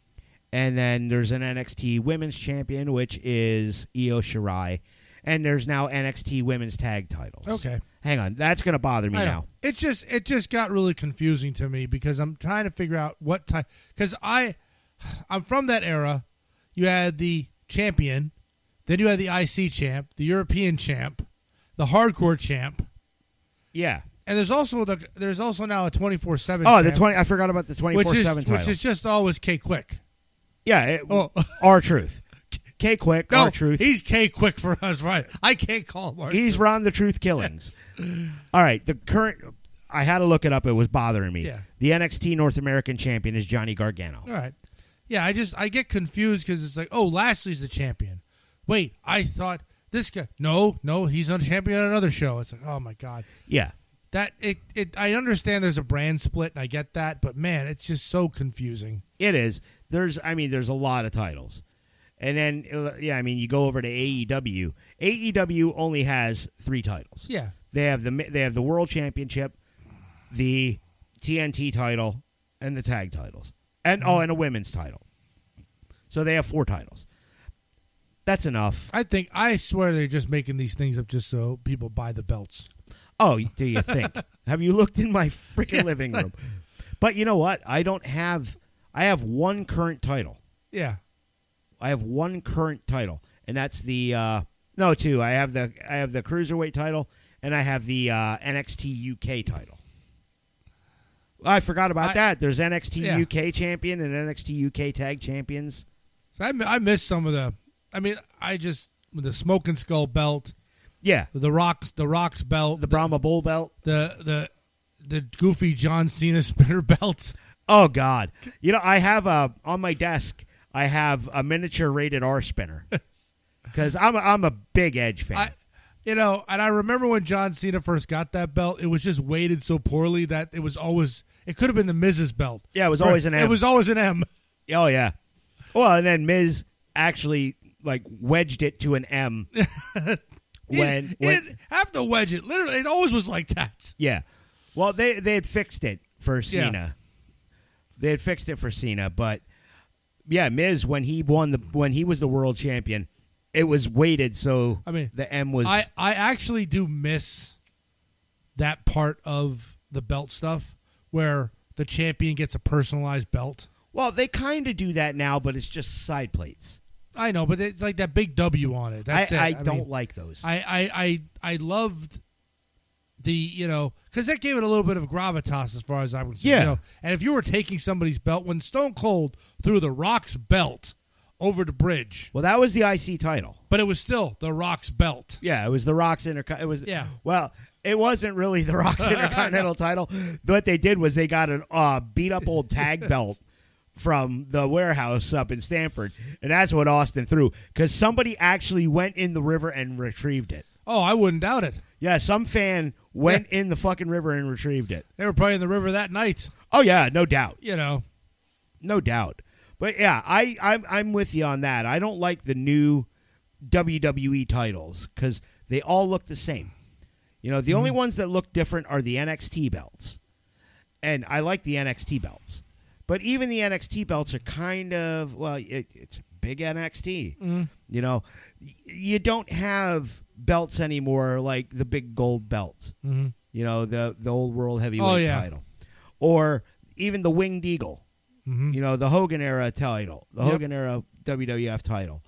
Speaker 1: And then there's an NXT Women's Champion, which is Io Shirai. And there's now NXT Women's Tag titles.
Speaker 2: Okay.
Speaker 1: Hang on. That's going to bother me
Speaker 2: I know.
Speaker 1: now.
Speaker 2: It just it just got really confusing to me because I'm trying to figure out what type because I I'm from that era. You had the champion, then you had the IC champ, the European champ, the hardcore champ,
Speaker 1: Yeah.
Speaker 2: and there's also the, there's also now a 24 seven.
Speaker 1: Oh, the 20. I forgot about the 24
Speaker 2: which is
Speaker 1: 7 title.
Speaker 2: which is just always K Quick.
Speaker 1: yeah. It,
Speaker 2: Oh.
Speaker 1: R Truth. K Quick.
Speaker 2: No,
Speaker 1: R Truth.
Speaker 2: he's K Quick for us, right? I can't call him. R-Truth.
Speaker 1: He's Ron the Truth Killings. All right. The current. I had to look it up. It was bothering me.
Speaker 2: Yeah.
Speaker 1: The NXT North American Champion is Johnny Gargano.
Speaker 2: All right. Yeah, I just I get confused because it's like, oh, Lashley's the champion. Wait, I thought This guy, no, no, he's on champion on another show. It's like, oh my god,
Speaker 1: Yeah.
Speaker 2: that it, it. I understand there's a brand split, and I get that, but man, it's just so confusing.
Speaker 1: It is. There's, I mean, there's a lot of titles. And then, uh, yeah, I mean, you go over to E AEW. AEW E only has three titles.
Speaker 2: Yeah,
Speaker 1: They have the mi- they have the World Championship, the TNT title, and the tag titles, and oh, and a women's title. So they have four titles. That's enough.
Speaker 2: I think I swear they're just making these things up just so people buy the belts.
Speaker 1: Oh, do you think? have you looked in my freaking living room? But you know what? I don't have. I have one current title.
Speaker 2: Yeah,
Speaker 1: I have one current title, and that's the uh, no two. I have the I have the cruiserweight title, and I have the uh, NXT UK title. I forgot about
Speaker 2: I-
Speaker 1: that. There's NXT
Speaker 2: Yeah.
Speaker 1: UK champion and NXT UK tag champions.
Speaker 2: so I, mi- I miss some of the. I mean, I just with the smoking skull belt,
Speaker 1: Yeah,
Speaker 2: the rocks, the rocks belt,
Speaker 1: the Brahma Bull Belt.
Speaker 2: the the the goofy John Cena spinner belt.
Speaker 1: Oh God, you know I have a on my desk. I have a miniature rated R spinner because I'm a, I'm a big Edge fan.
Speaker 2: I, you know, and I remember when John Cena first got that belt, it was just weighted so poorly that it was always it could have been the Miz's belt.
Speaker 1: Yeah, it was always an M.
Speaker 2: It was always an M.
Speaker 1: Oh yeah. Well, and then Miz actually like wedged it to an M when
Speaker 2: it,
Speaker 1: when
Speaker 2: it have to wedge it. Literally, it always was like that.
Speaker 1: yeah. Well, they they had fixed it for
Speaker 2: Yeah.
Speaker 1: Cena. They had fixed it for Cena, but yeah, Miz when he won the when he was the world champion, it was weighted so
Speaker 2: I mean,
Speaker 1: the M was
Speaker 2: I I actually do miss that part of the belt stuff where the champion gets a personalized belt.
Speaker 1: Well, they kind of do that now, but it's just side plates.
Speaker 2: I know, but it's like that big W on it. That's
Speaker 1: I,
Speaker 2: it.
Speaker 1: I,
Speaker 2: mean-
Speaker 1: don't like those.
Speaker 2: I I I, I loved the you know because that gave it a little bit of gravitas as far as I'm concerned.
Speaker 1: Yeah.
Speaker 2: You know? And if you were taking somebody's belt when Stone Cold threw the Rock's belt over the bridge,
Speaker 1: well, that was the IC title.
Speaker 2: but it was still the Rock's belt.
Speaker 1: Yeah, it was the Rock's interco. It was
Speaker 2: Yeah.
Speaker 1: Well, it wasn't really the Rock's Intercontinental title. What they did was they got an uh, beat up old tag belt from the warehouse up in Stanford, and that's what Austin threw because somebody actually went in the river and retrieved it.
Speaker 2: Oh, I wouldn't doubt it.
Speaker 1: Yeah, some fan went in the fucking river and retrieved it.
Speaker 2: They were probably in the river that night.
Speaker 1: Oh yeah, no doubt,
Speaker 2: You know,
Speaker 1: no doubt. But yeah, I I'm, I'm with you on that. I don't like the new WWE titles because they all look the same. You know, the only
Speaker 2: Mm.
Speaker 1: ones that look different are the NXT belts. And I like the NXT belts. But even the NXT belts are kind of, well, it, it's big NXT.
Speaker 2: Mm.
Speaker 1: You know, y- you don't have belts anymore like the big gold belt.
Speaker 2: Mhm.
Speaker 1: You know, the, the old world heavyweight
Speaker 2: Oh, yeah.
Speaker 1: title. Or even the winged eagle. You know, the Hogan era title, the
Speaker 2: Yep.
Speaker 1: Hogan era WWF title.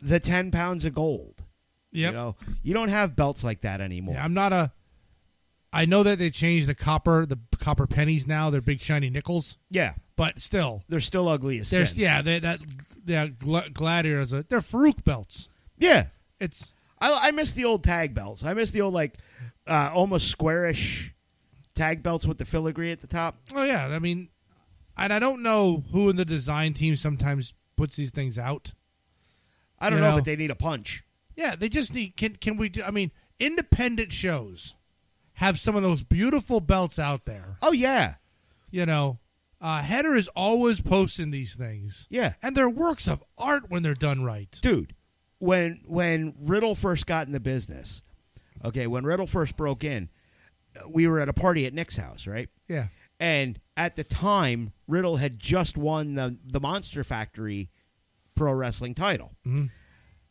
Speaker 1: The 10 pounds of gold.
Speaker 2: yep.
Speaker 1: You know, you don't have belts like that anymore.
Speaker 2: Yeah, I'm not a. I know that they changed the copper, the copper pennies now. They're big shiny nickels,
Speaker 1: Yeah,
Speaker 2: but still,
Speaker 1: they're still ugly as
Speaker 2: there's
Speaker 1: sin.
Speaker 2: yeah, they, that that gla- gladiators. are- They're Farouk belts.
Speaker 1: yeah.
Speaker 2: It's
Speaker 1: I, I miss the old tag belts. I miss the old like uh, almost squarish tag belts with the filigree at the top.
Speaker 2: Oh yeah, I mean, and I don't know who in the design team sometimes puts these things out.
Speaker 1: I don't
Speaker 2: You
Speaker 1: know,
Speaker 2: know.
Speaker 1: but they need a punch.
Speaker 2: Yeah, they just need. Can can we? Do, I mean, independent shows have some of those beautiful belts out there.
Speaker 1: Oh yeah,
Speaker 2: You know, uh, Header is always posting these things.
Speaker 1: yeah,
Speaker 2: and they're works of art when they're done right.
Speaker 1: dude. When when Riddle first got in the business, okay, when Riddle first broke in, uh, we were at a party at Nick's house, right?
Speaker 2: Yeah,
Speaker 1: And at the time, Riddle had just won the the Monster Factory pro wrestling title.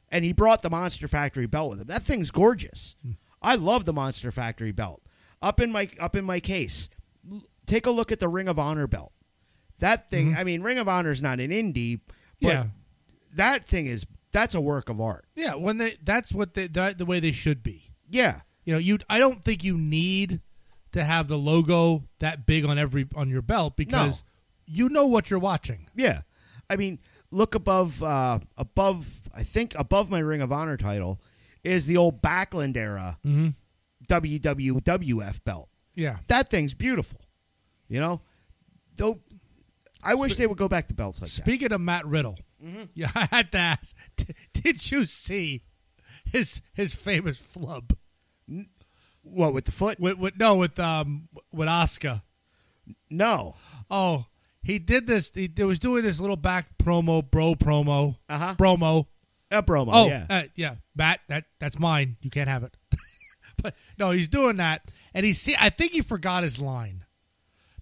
Speaker 1: And he brought the Monster Factory belt with him. That thing's gorgeous. I love the Monster Factory belt. Up in my up in my case. L- Take a look at the Ring of Honor belt. That thing, I mean, Ring of Honor is not an indie, but
Speaker 2: yeah,
Speaker 1: that thing is that's a work of art.
Speaker 2: yeah. When they that's what they that the way they should be.
Speaker 1: Yeah.
Speaker 2: You know, you I don't think you need to have the logo that big on every on your belt because you know what you're watching.
Speaker 1: Yeah, I mean, look above, uh, above. I think above my Ring of Honor title is the old Backlund era
Speaker 2: Mm-hmm.
Speaker 1: WWF belt.
Speaker 2: Yeah.
Speaker 1: That thing's beautiful. You know, though. I wish they would go back to belts like that.
Speaker 2: Speaking of Matt Riddle, yeah, I had to ask, d- did you see his his famous flub.
Speaker 1: What with the foot?
Speaker 2: With, with no with um with Oscar.
Speaker 1: No.
Speaker 2: Oh, he did this. He, was doing this little back promo, bro promo,
Speaker 1: Uh-huh.
Speaker 2: promo.
Speaker 1: A promo.
Speaker 2: Oh,
Speaker 1: yeah.
Speaker 2: uh, yeah, Matt, that that's mine. You can't have it. but no, he's doing that, and he see. I think he forgot his line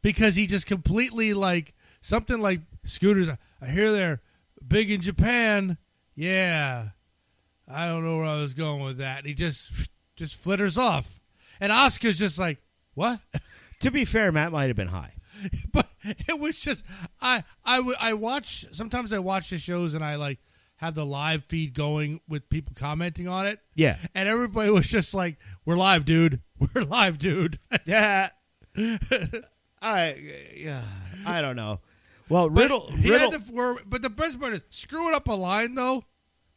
Speaker 2: because he just completely like something like scooters. I hear they're big in Japan. Yeah, I don't know where I was going with that. He just just flitters off, and Oscar's just like what.
Speaker 1: to be fair, Matt might have been high.
Speaker 2: but it was just I I w- I watch sometimes I watch the shows and I like have the live feed going with people commenting on it.
Speaker 1: Yeah.
Speaker 2: And everybody was just like, "We're live, dude. We're live, dude."
Speaker 1: Yeah. I yeah. I don't know. Well,
Speaker 2: But
Speaker 1: Riddle
Speaker 2: he had
Speaker 1: Riddle
Speaker 2: the word- but the best part is screwing up a line though.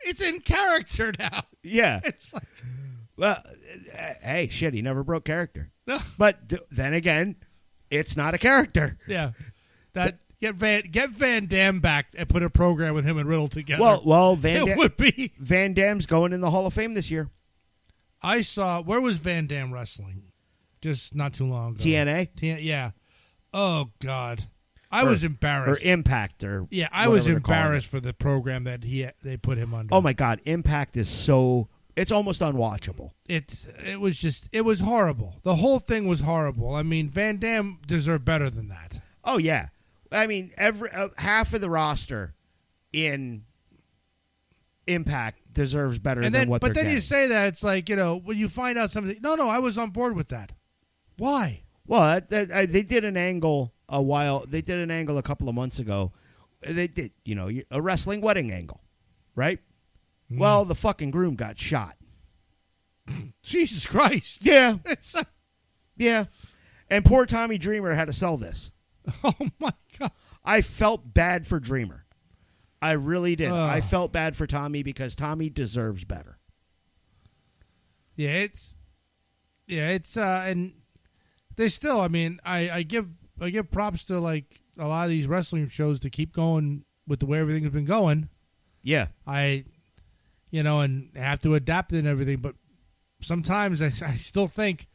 Speaker 2: It's in character now.
Speaker 1: yeah.
Speaker 2: It's like
Speaker 1: Well, uh, hey, shit, he never broke character.
Speaker 2: no,
Speaker 1: But th- then again, it's not a character.
Speaker 2: yeah. That get Van get Van Dam back and put a program with him and Riddle together.
Speaker 1: Well, well, Van
Speaker 2: it
Speaker 1: Dam-
Speaker 2: would be. Oh.
Speaker 1: Van Damme's going in the Hall of Fame this year.
Speaker 2: I saw where was Van Dam wrestling? Just not too long ago.
Speaker 1: TNA
Speaker 2: T- yeah. Oh God, I
Speaker 1: Or-
Speaker 2: was
Speaker 1: or
Speaker 2: embarrassed.
Speaker 1: Impact or
Speaker 2: yeah, I was
Speaker 1: whatever they're calling
Speaker 2: embarrassed for the program that he they put him
Speaker 1: it.
Speaker 2: under.
Speaker 1: Oh my God, Impact is so it's almost unwatchable.
Speaker 2: It it was just it was horrible. The whole thing was horrible. I mean, Van Dam deserved better than that.
Speaker 1: Oh yeah, I mean every uh, half of the roster in Impact deserves better
Speaker 2: And
Speaker 1: than
Speaker 2: then,
Speaker 1: what
Speaker 2: but
Speaker 1: they're
Speaker 2: then you
Speaker 1: getting.
Speaker 2: say that it's like you know when you find out something. No, no, I was on board with that. Why?
Speaker 1: Well, that, that, I, they did an angle a while. They did an angle a couple of months ago. They did, you know, a wrestling wedding angle, right? Well, the fucking groom got shot.
Speaker 2: Jesus Christ!
Speaker 1: Yeah,
Speaker 2: It's like,
Speaker 1: yeah. And poor Tommy Dreamer had to sell this.
Speaker 2: oh my God.
Speaker 1: I felt bad for Dreamer. I really did.
Speaker 2: Ugh.
Speaker 1: I felt bad for Tommy because Tommy deserves better.
Speaker 2: Yeah, it's yeah, it's uh and they still I mean, I, I give I give props to like a lot of these wrestling shows to keep going with the way everything's been going.
Speaker 1: Yeah.
Speaker 2: I you know, and have to adapt it and everything, but sometimes I, I still think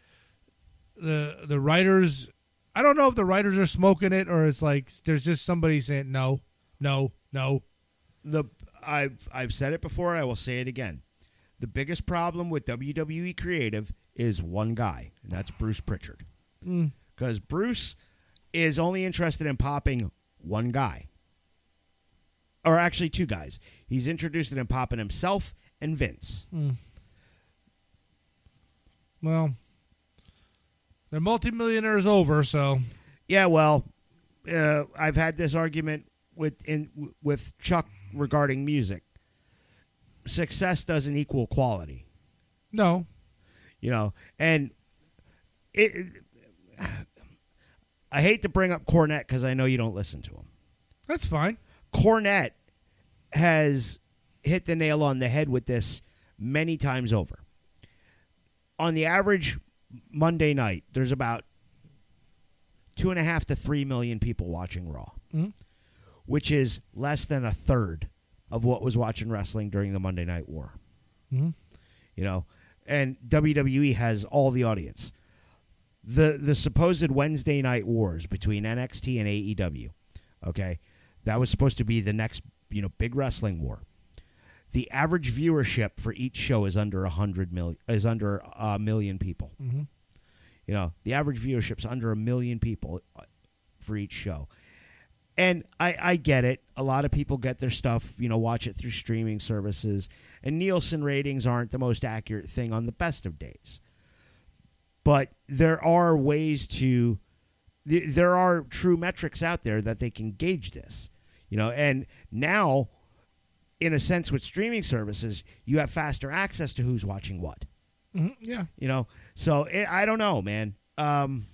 Speaker 2: the the writers I don't know if the writers are smoking it or it's like there's just somebody saying no, no, no.
Speaker 1: the I've I've said it before, I will say it again. The biggest problem with WWE creative is one guy, and that's Bruce Pritchard. Because Bruce is only interested in popping one guy. Or actually two guys. He's interested in popping himself and Vince.
Speaker 2: Well, they're multimillionaires over, so
Speaker 1: Yeah, well, uh, I've had this argument with in with Chuck regarding music. Success doesn't equal quality.
Speaker 2: no.
Speaker 1: you know and it, it- i hate to bring up cornette because i know you don't listen to him
Speaker 2: That's fine.
Speaker 1: cornette has hit the nail on the head with this many times over on the average monday night there's about two and a half to three million people watching raw
Speaker 2: Mhm.
Speaker 1: which is less than a third of what was watching wrestling during the monday night war
Speaker 2: Mhm.
Speaker 1: you know and wwe has all the audience the the supposed wednesday night wars between nxt and aew okay that was supposed to be the next you know big wrestling war the average viewership for each show is under a hundred million is under a million people you know the average viewership's under a million people uh, for each show and I, I get it. A lot of people get their stuff, you know, watch it through streaming services. And Nielsen ratings aren't the most accurate thing on the best of days. But there are ways to, th- there are true metrics out there that they can gauge this, you know. And now, in a sense, with streaming services, you have faster access to who's watching what
Speaker 2: Mhm, Yeah.
Speaker 1: you know so it, i don't know man um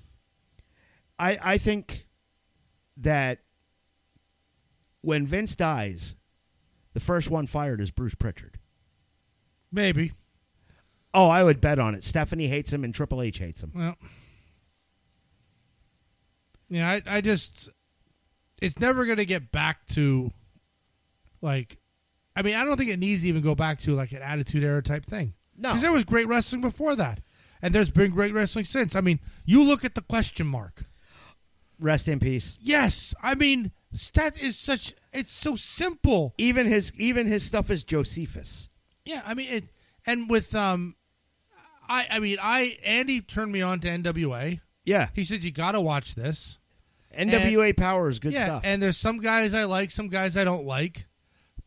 Speaker 1: i i think that when vince dies the first one fired is bruce pritchard
Speaker 2: Maybe.
Speaker 1: oh i would bet on it stephanie hates him and triple h hates him
Speaker 2: Well. Yeah, I, I just it's never gonna get back to like I mean, I don't think it needs to even go back to like an Attitude Era type thing.
Speaker 4: No.
Speaker 2: because there was great wrestling before that, and there's been great wrestling since. I mean, you look at the question mark.
Speaker 1: Rest in peace.
Speaker 2: Yes, I mean that is such. It's so simple.
Speaker 1: Even his even his stuff is Josephus.
Speaker 2: Yeah, I mean it. And with um, I I mean I Andy turned me on to NWA.
Speaker 1: Yeah,
Speaker 2: He said you got to watch this.
Speaker 1: NWA Power is good
Speaker 2: yeah,
Speaker 1: stuff.
Speaker 2: and there's some guys I like, some guys I don't like.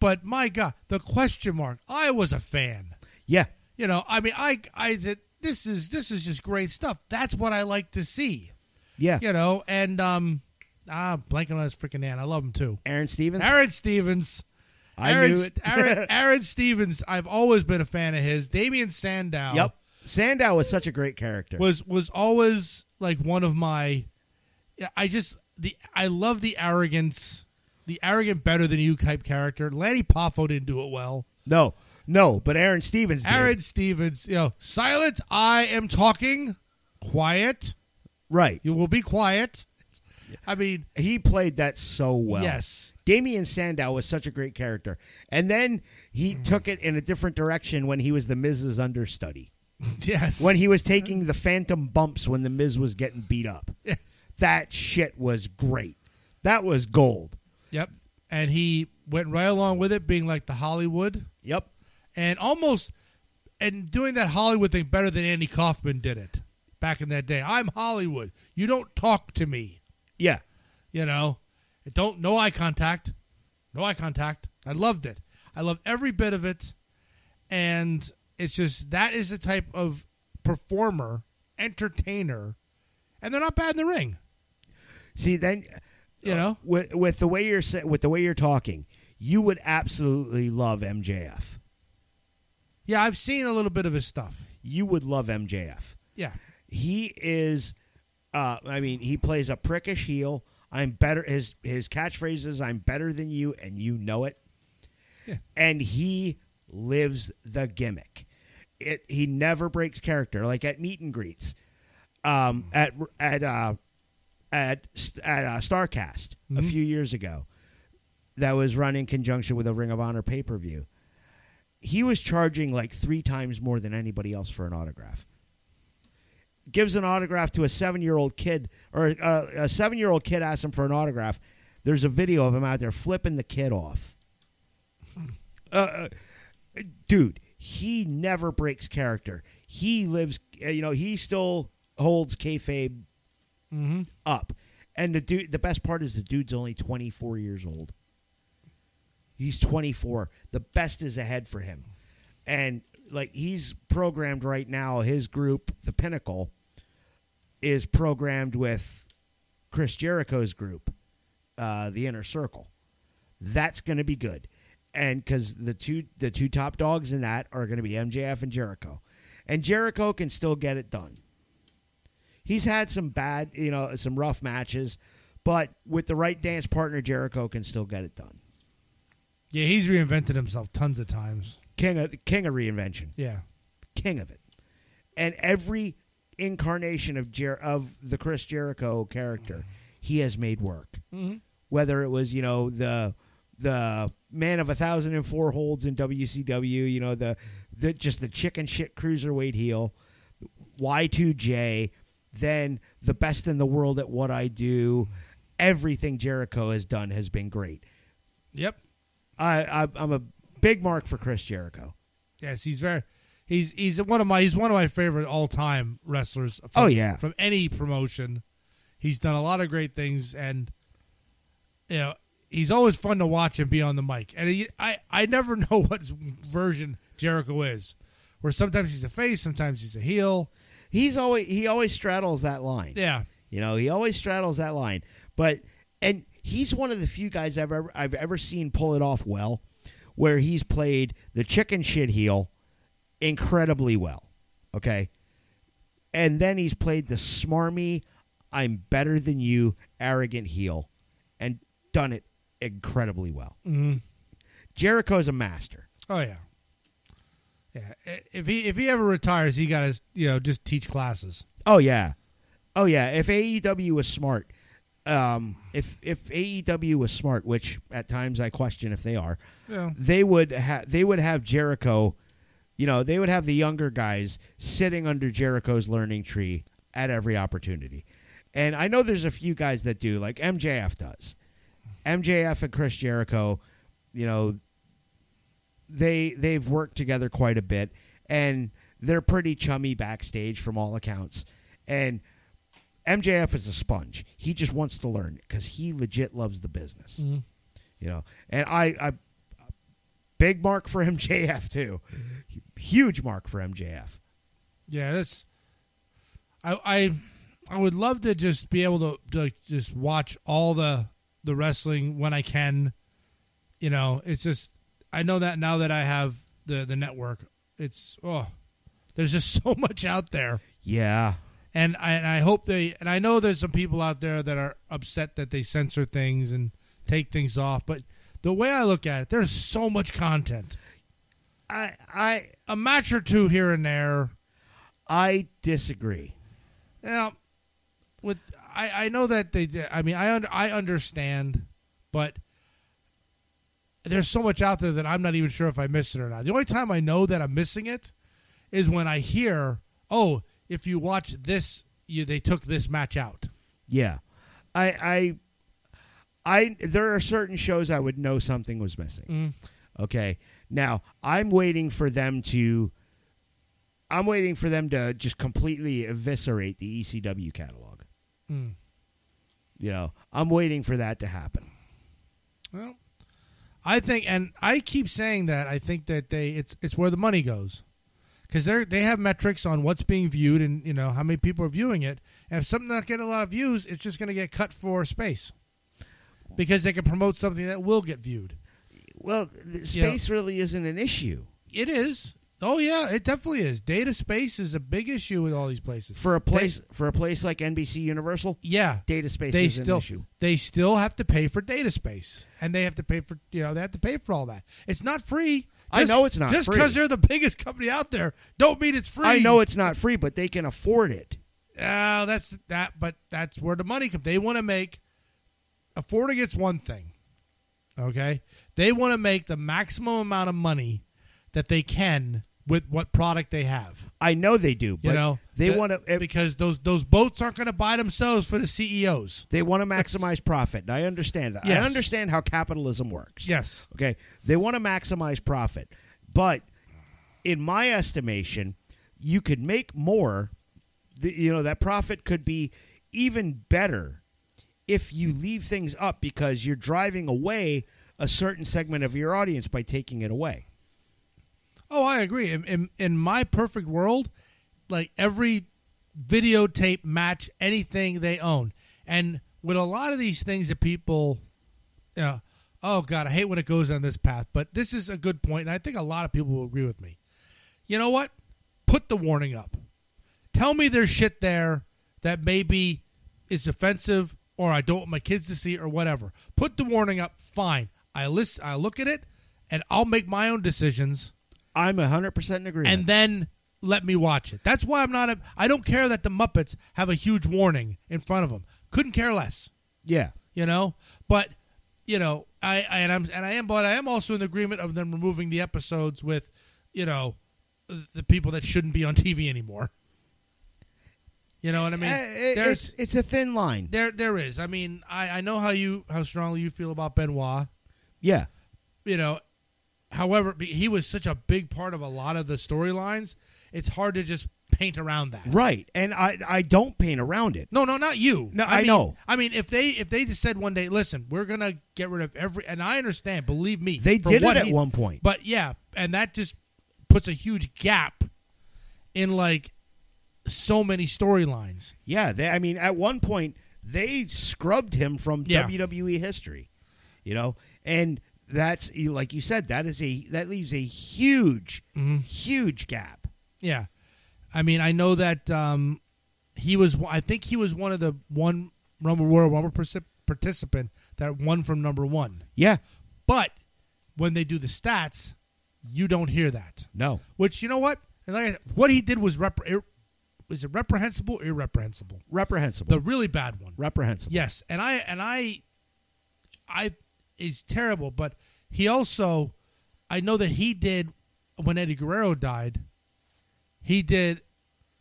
Speaker 2: But my God, the question mark. I was a fan.
Speaker 1: yeah,
Speaker 2: You know, I mean, I, I said this is this is just great stuff. That's what I like to see.
Speaker 1: yeah,
Speaker 2: You know, and um, ah, blanking on his freaking man. I love him too.
Speaker 1: Aaron Stevens.
Speaker 2: Aaron Stevens.
Speaker 1: I
Speaker 2: Aaron,
Speaker 1: knew it.
Speaker 2: Aaron, Aaron Stevens. I've always been a fan of his. Damian Sandow.
Speaker 1: Yep. Sandow was such a great character.
Speaker 2: Was was always like one of my. yeah, I just the I love the arrogance, the arrogant better than you type character. Lanny Poffo didn't do it well.
Speaker 1: no, no, but Aaron Stevens. Did.
Speaker 2: Aaron Stevens, you know, silent. I am talking. Quiet.
Speaker 1: right?
Speaker 2: You will be quiet. I mean,
Speaker 1: He played that so well.
Speaker 2: yes,
Speaker 1: Damian Sandow was such a great character, and then he took it in a different direction when he was the Miz's understudy.
Speaker 2: yes,
Speaker 1: When he was taking the phantom bumps when the Miz was getting beat up,
Speaker 2: yes,
Speaker 1: that shit was great. That was gold.
Speaker 2: yep. And he went right along with it, being like the Hollywood.
Speaker 1: Yep.
Speaker 2: and almost and doing that Hollywood thing better than Andy Kaufman did it back in that day. I'm Hollywood. You don't talk to me.
Speaker 1: Yeah.
Speaker 2: You know, don't no eye contact, no eye contact. I loved it. I loved every bit of it, and it's just that is the type of performer, entertainer, and they're not bad in the ring.
Speaker 1: See, then uh,
Speaker 2: You know,
Speaker 1: with with the way you're sa- with the way you're talking, you would absolutely love MJF.
Speaker 2: yeah, I've seen a little bit of his stuff.
Speaker 1: You would love MJF.
Speaker 2: Yeah,
Speaker 1: He is, uh, I mean, he plays a prickish heel. I'm better. His his catchphrase is "I'm better than you," and you know it.
Speaker 2: Yeah.
Speaker 1: And he lives the gimmick. It he never breaks character. Like at meet and greets, um, at at uh, at at uh, Starcast a few years ago, that was run in conjunction with a Ring of Honor pay per view. He was charging like three times more than anybody else for an autograph. Gives an autograph to a seven year old kid, or uh, a seven year old kid asks him for an autograph. There's a video of him out there flipping the kid off. Uh, uh, dude, he never breaks character. He lives, uh, you know, he still holds kayfabe up. And the dude, the best part is the dude's only 24 years old. He's 24. The best is ahead for him. And like he's programmed right now, his group, The Pinnacle, is programmed with Chris Jericho's group, uh, The Inner Circle. That's going to be good. And because the two the two top dogs in that are going to be MJF and Jericho, and Jericho can still get it done he's had some bad, you know, some rough matches, but with the right dance partner, Jericho can still get it done.
Speaker 2: yeah, he's reinvented himself tons of times.
Speaker 1: King of king of reinvention,
Speaker 2: Yeah,
Speaker 1: king of it, and every incarnation of Jer- of the Chris Jericho character, he has made work. Whether it was you know the the man of a thousand and four holds in WCW, you know the the just the chicken shit cruiserweight heel, Y2J, then the best in the world at what I do. Everything Jericho has done has been great.
Speaker 2: yep.
Speaker 1: I, I I'm a big mark for Chris Jericho.
Speaker 2: Yes, he's very. He's he's one of my he's one of my favorite all time wrestlers. From,
Speaker 1: Oh, yeah.
Speaker 2: from any promotion, he's done a lot of great things, and you know he's always fun to watch and be on the mic. And he, I I never know what version Jericho is, where sometimes he's a face, sometimes he's a heel.
Speaker 1: He's always he always straddles that line.
Speaker 2: Yeah,
Speaker 1: You know, he always straddles that line. But and he's one of the few guys I've ever I've ever seen pull it off well, where he's played the chicken shit heel incredibly well. Okay. And then he's played the smarmy, I'm better than you, arrogant heel, and done it incredibly well. Jericho's a master.
Speaker 2: oh yeah, yeah. I- If he if he ever retires, he got his you know just teach classes.
Speaker 1: Oh yeah, oh yeah. If AEW E was smart, um, if if AEW was smart, which at times I question if they are,
Speaker 2: Yeah.
Speaker 1: they would ha- they would have Jericho, you know, they would have the younger guys sitting under Jericho's learning tree at every opportunity. And I know there's a few guys that do, like MJF does. MJF and Chris Jericho, you know, they they've worked together quite a bit and they're pretty chummy backstage from all accounts. And MJF is a sponge. He just wants to learn because he legit loves the business. You know, and I, I big mark for MJF too. Huge mark for MJF.
Speaker 2: Yeah, that's. I I I would love to just be able to, to like, just watch all the the wrestling when I can. You know, it's just I know that now that I have the the network, it's oh, there's just so much out there,
Speaker 1: Yeah.
Speaker 2: and I and I hope they and I know there's some people out there that are upset that they censor things and take things off, but the way I look at it, there's so much content.
Speaker 1: I I
Speaker 2: A match or two here and there,
Speaker 1: I disagree.
Speaker 2: Now, with I, I know that they. did- I mean, I under, I understand, but there's so much out there that I'm not even sure if I missed it or not. The only time I know that I'm missing it is when I hear, "Oh, if you watch this, you they took this match out."
Speaker 1: Yeah. I I I there are certain shows I would know something was missing. Okay. Now, I'm waiting for them to I'm waiting for them to just completely eviscerate the ECW catalog.
Speaker 2: Mm.
Speaker 1: You know, I'm waiting for that to happen.
Speaker 2: Well, I think, and I keep saying that I think that they it's it's where the money goes because they they have metrics on what's being viewed and you know how many people are viewing it. And if something not getting a lot of views, it's just going to get cut for space because they can promote something that will get viewed.
Speaker 1: Well, th- space really isn't an issue.
Speaker 2: It is. Oh yeah, it definitely is. Data space is a big issue with all these places.
Speaker 1: For a place for a place like NBC Universal,
Speaker 2: yeah,
Speaker 1: data space
Speaker 2: they
Speaker 1: is
Speaker 2: still
Speaker 1: an issue.
Speaker 2: they still have to pay for data space, and they have to pay for you know they have to pay for all that. It's not free.
Speaker 1: I know it's not
Speaker 2: just
Speaker 1: free.
Speaker 2: because they're the biggest company out there. Don't mean it's free.
Speaker 1: I know it's not free, but they can afford it.
Speaker 2: Uh, that's that, but that's where the money comes. They want to make affording it's one thing. Okay, they want to make the maximum amount of money that they can with what product they have.
Speaker 1: I know they do, but
Speaker 2: You know,
Speaker 1: they eh,
Speaker 2: The-
Speaker 1: want to
Speaker 2: because those those boats aren't going to buy themselves for the E CEOs.
Speaker 1: they want to maximize profit. And I understand that. I
Speaker 2: Yes.
Speaker 1: understand how capitalism works.
Speaker 2: Yes.
Speaker 1: Okay. They want to maximize profit. But in my estimation, you could make more. The, you know, that profit could be even better if you leave things up because you're driving away a certain segment of your audience by taking it away.
Speaker 2: Oh, I agree. In, in, in my perfect world, like every videotape match, anything they own, and with a lot of these things that people, you know, oh god, I hate when it goes on this path. But this is a good point, and I think a lot of people will agree with me. You know what? Put the warning up. Tell me there's shit there that maybe is offensive or I don't want my kids to see or whatever. Put the warning up. Fine. I list. I look at it, and I'll make my own decisions
Speaker 1: I'm 100% in agreement.
Speaker 2: and then let me watch it. That's why I'm not. A, I don't care that the Muppets have a huge warning in front of them. Couldn't care less,
Speaker 1: yeah.
Speaker 2: you know. But you know, I, I and I'm and I am, but I am also in agreement of them removing the episodes with, you know, the people that shouldn't be on TV anymore. You know what I mean?
Speaker 1: Uh, it-
Speaker 2: There's-
Speaker 1: it's, it's a thin line.
Speaker 2: there, there is. I mean, I, I know how you how strongly you feel about Benoit.
Speaker 1: Yeah.
Speaker 2: you know, however, be- he was such a big part of a lot of the storylines. It's hard to just paint around that.
Speaker 1: Right. And I, I don't paint around it.
Speaker 2: No, no, not you.
Speaker 1: No, I
Speaker 2: mean-
Speaker 1: know.
Speaker 2: I mean, if they if they just said one day, listen, we're gonna get rid of every, and I understand. Believe me,
Speaker 1: They
Speaker 2: for
Speaker 1: did
Speaker 2: what
Speaker 1: it at
Speaker 2: he-
Speaker 1: one point.
Speaker 2: But yeah, and that just puts a huge gap in like so many storylines.
Speaker 1: Yeah, they, I mean, at one point they scrubbed him from
Speaker 2: Yeah.
Speaker 1: WWE history, you know, and that's you- like you said, that is a that leaves a huge, huge gap.
Speaker 2: Yeah, I mean, I know that um, he was. I think he was one of the one Rumble Royal Rumble particip- participant that won from number one.
Speaker 1: Yeah,
Speaker 2: But when they do the stats, you don't hear that.
Speaker 1: no,
Speaker 2: Which you know what? And like I- what he did was rep- it is it reprehensible or irreprehensible?
Speaker 1: Reprehensible.
Speaker 2: The really bad one.
Speaker 1: Reprehensible.
Speaker 2: Yes, and I and I, I is terrible. But he also, I know that he did when Eddie Guerrero died. He did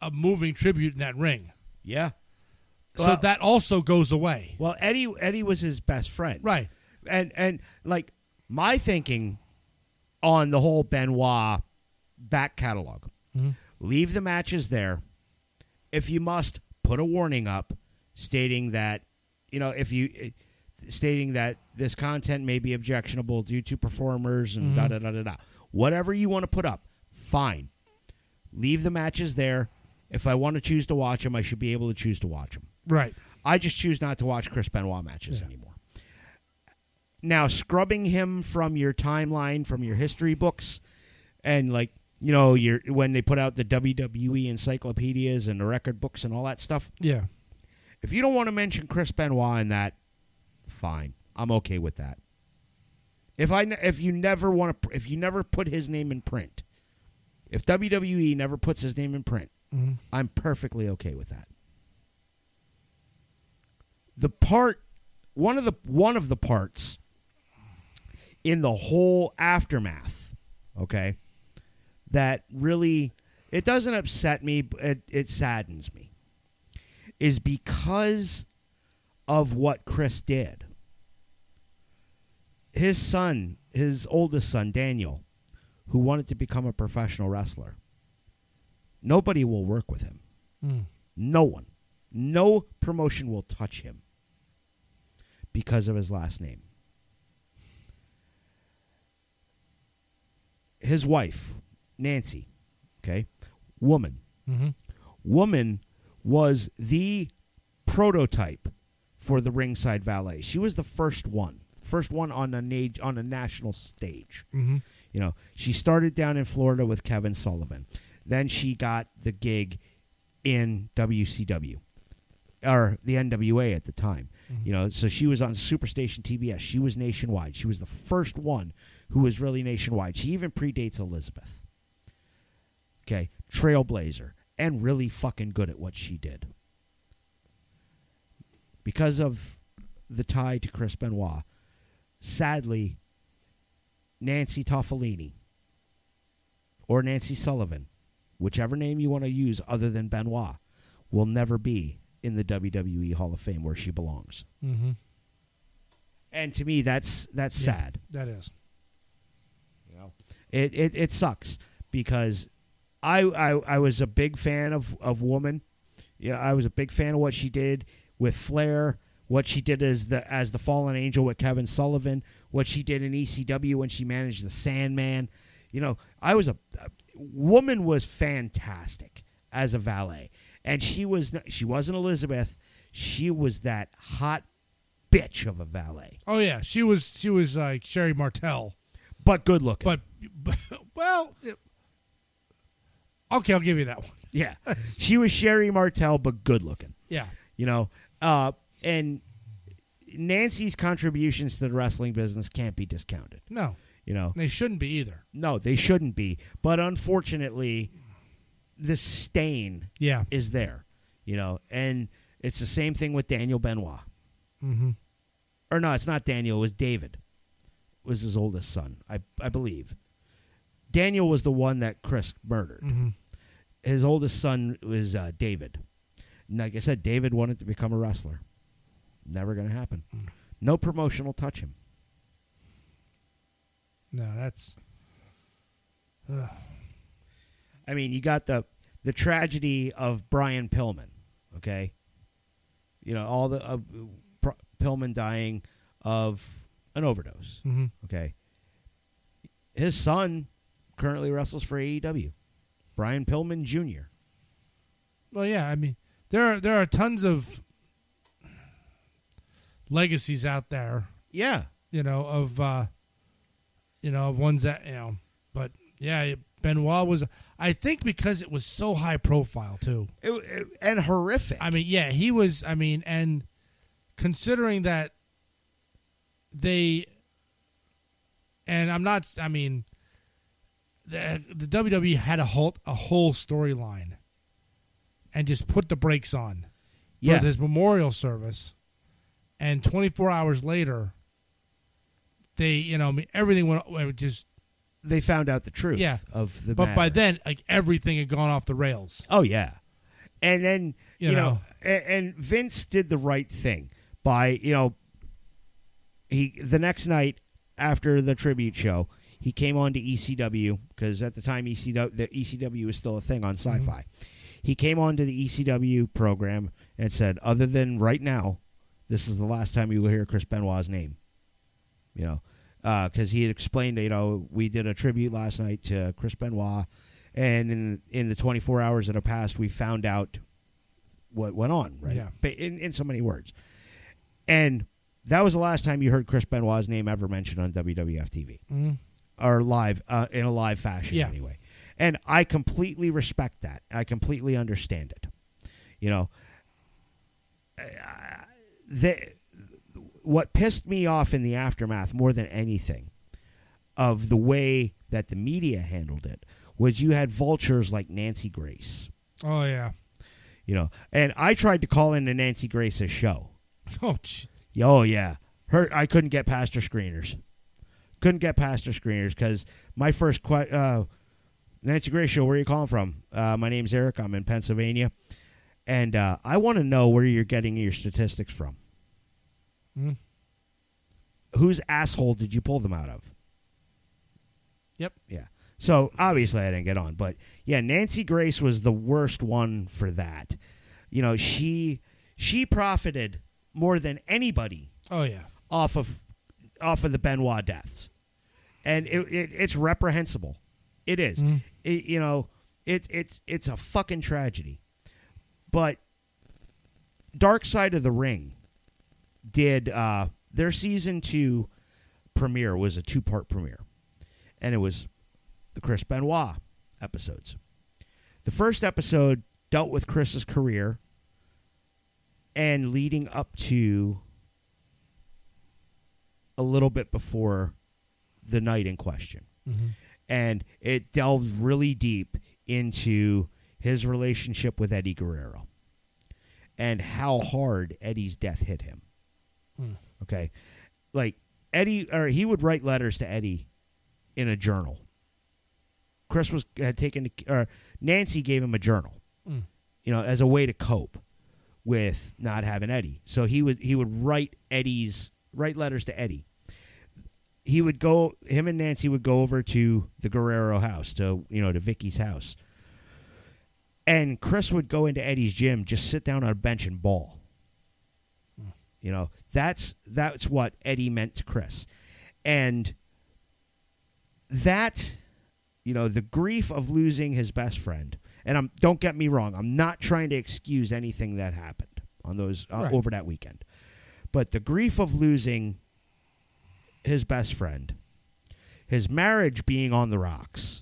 Speaker 2: a moving tribute in that ring,
Speaker 1: Yeah.
Speaker 2: so that also goes away.
Speaker 1: Well, Eddie Eddie was his best friend.
Speaker 2: Right.
Speaker 1: and and like my thinking on the whole Benoit back catalog. Leave the matches there. If you must, put a warning up stating that you know if you stating that this content may be objectionable due to performers and da da da da da. Whatever you want to put up, fine. Leave the matches there. If I want to choose to watch them, I should be able to choose to watch them.
Speaker 2: Right.
Speaker 1: I just choose not to watch Chris Benoit matches anymore. Now, scrubbing him from your timeline, from your history books, and like you know, your when they put out the WWE encyclopedias and the record books and all that stuff.
Speaker 2: Yeah.
Speaker 1: If you don't want to mention Chris Benoit in that, fine, I'm okay with that. If I ne- if you never want to if you never put his name in print, if WWE never puts his name in print, I'm perfectly okay with that. The part one of the one of the parts in the whole aftermath, okay, that really it doesn't upset me, but it, it saddens me is because of what Chris did. His son, his oldest son, Daniel, who wanted to become a professional wrestler, nobody will work with him. No one. No promotion will touch him because of his last name. His wife, Nancy, okay, woman, woman was the prototype for the ringside valet. She was the first one, first one on a na- on a national stage. Mm-hmm. You know, she started down in Florida with Kevin Sullivan. Then she got the gig in WCW or the NWA at the time. You know, so she was on Superstation TBS. She was nationwide. She was the first one who was really nationwide. She even predates Elizabeth okay, trailblazer, and really fucking good at what she did. Because of the tie to Chris Benoit, sadly, Nancy Toffolini or Nancy Sullivan, whichever name you want to use other than Benoit, will never be in the WWE Hall of Fame where she belongs.
Speaker 2: Mm-hmm.
Speaker 1: And to me, that's that's sad.
Speaker 2: That is.
Speaker 1: It, it it sucks because I, I I was a big fan of of woman. You know, I was a big fan of what she did with Flair, what she did as the as the fallen angel with Kevin Sullivan, what she did in ECW when she managed the Sandman. You know, I was a, a woman was fantastic as a valet, and she was n- she wasn't Elizabeth. She was that hot bitch of a valet,
Speaker 2: Oh yeah, she was. She was like Sherry Martel,
Speaker 1: but good looking.
Speaker 2: but, but well, it- okay, I'll give you that one.
Speaker 1: yeah, she was Sherry Martel, but good looking.
Speaker 2: Yeah.
Speaker 1: you know uh, and nancy's contributions to the wrestling business can't be discounted
Speaker 2: No,
Speaker 1: you know
Speaker 2: they shouldn't be either.
Speaker 1: no they shouldn't be but unfortunately the stain
Speaker 2: Yeah.
Speaker 1: is there you know and it's the same thing with daniel benoit
Speaker 2: Mm-hmm.
Speaker 1: or no it's not daniel it was david was his oldest son i, I believe daniel was the one that chris murdered
Speaker 2: Mm-hmm.
Speaker 1: his oldest son was uh, David. And like I said, David wanted to become a wrestler. Never going to happen. No promotion will touch him.
Speaker 2: No, that's
Speaker 1: I mean, you got the the tragedy of Brian Pillman. Okay, you know all the uh, Pr- Pillman dying of an overdose.
Speaker 2: mm-hmm.
Speaker 1: Okay, his son currently wrestles for AEW. Brian Pillman Jr.
Speaker 2: well, yeah. I mean, there are there are tons of legacies out there,
Speaker 1: Yeah,
Speaker 2: you know, of uh you know, of ones that you know, but yeah, Benoit was. I think because it was so high profile too.
Speaker 1: It- it- and horrific.
Speaker 2: I mean, yeah, he was. I mean, and considering that they, and I'm not. I mean, E the, the WWE had a whole a whole storyline, and just put the brakes on for
Speaker 1: Yeah.
Speaker 2: this memorial service. And 24 hours later, they, you know, I mean, everything went it was just.
Speaker 1: They found out the truth
Speaker 2: Yeah.
Speaker 1: of the
Speaker 2: but by
Speaker 1: matter.
Speaker 2: then, like everything had gone off the rails.
Speaker 1: Oh yeah, and then
Speaker 2: You
Speaker 1: you, know,
Speaker 2: know.
Speaker 1: a- and Vince did the right thing by you know, he the next night after the tribute show he came on to E ECW because at the time ECW the ECW was still a thing on Sci-Fi. He came on to the ECW program and said, other than right now, this is the last time you will hear Chris Benoit's name. You know. Because he had explained, you know, we did a tribute last night to Chris Benoit, and in in the 24 hours that have passed, we found out what went on, right?
Speaker 2: Yeah.
Speaker 1: Ba- In, in so many words. And that was the last time you heard Chris Benoit's name ever mentioned on WWF TV
Speaker 2: Mm.
Speaker 1: or live uh, in a live fashion,
Speaker 2: Yeah.
Speaker 1: anyway. And I completely respect that. I completely understand it. You know, I- I- the, what pissed me off in the aftermath more than anything of the way that the media handled it was you had vultures like Nancy Grace.
Speaker 2: Oh, yeah.
Speaker 1: You know, and I tried to call into Nancy Grace's show.
Speaker 2: Oh, gee.
Speaker 1: Oh yeah, her. I couldn't get past her screeners. Couldn't get past her screeners because my first question, uh, Nancy Grace show. Where are you calling from? Uh, my name's Eric. I'm in Pennsylvania, and uh, I want to know where you're getting your statistics from.
Speaker 2: Hmm.
Speaker 1: Whose asshole did you pull them out of?
Speaker 2: Yep.
Speaker 1: Yeah. So obviously I didn't get on, but yeah, Nancy Grace was the worst one for that. You know, she she profited more than anybody
Speaker 2: Oh, yeah.
Speaker 1: off of off of the Benoit deaths, and it, it it's reprehensible. It is, It- you know, it it's it's a fucking tragedy. But Dark Side of the Ring did uh, their season two premiere was a two part premiere, and it was the Chris Benoit episodes. The first episode dealt with Chris's career and leading up to a little bit before the night in question. And it delves really deep into his relationship with Eddie Guerrero and how hard Eddie's death hit him. Okay. Like Eddie or he would write letters to Eddie in a journal. Chris was had taken or Nancy gave him a journal. You know, as a way to cope with not having Eddie. So he would he would write Eddie's write letters to Eddie. He would go him and Nancy would go over to the Guerrero house, to you know, to Vicky's house. And Chris would go into Eddie's gym, just sit down on a bench and ball. You know, that's that's what Eddie meant to Chris. And that you know, the grief of losing his best friend. And I'm don't get me wrong, I'm not trying to excuse anything that happened on those uh,
Speaker 2: Right.
Speaker 1: over that weekend. But the grief of losing his best friend, his marriage being on the rocks.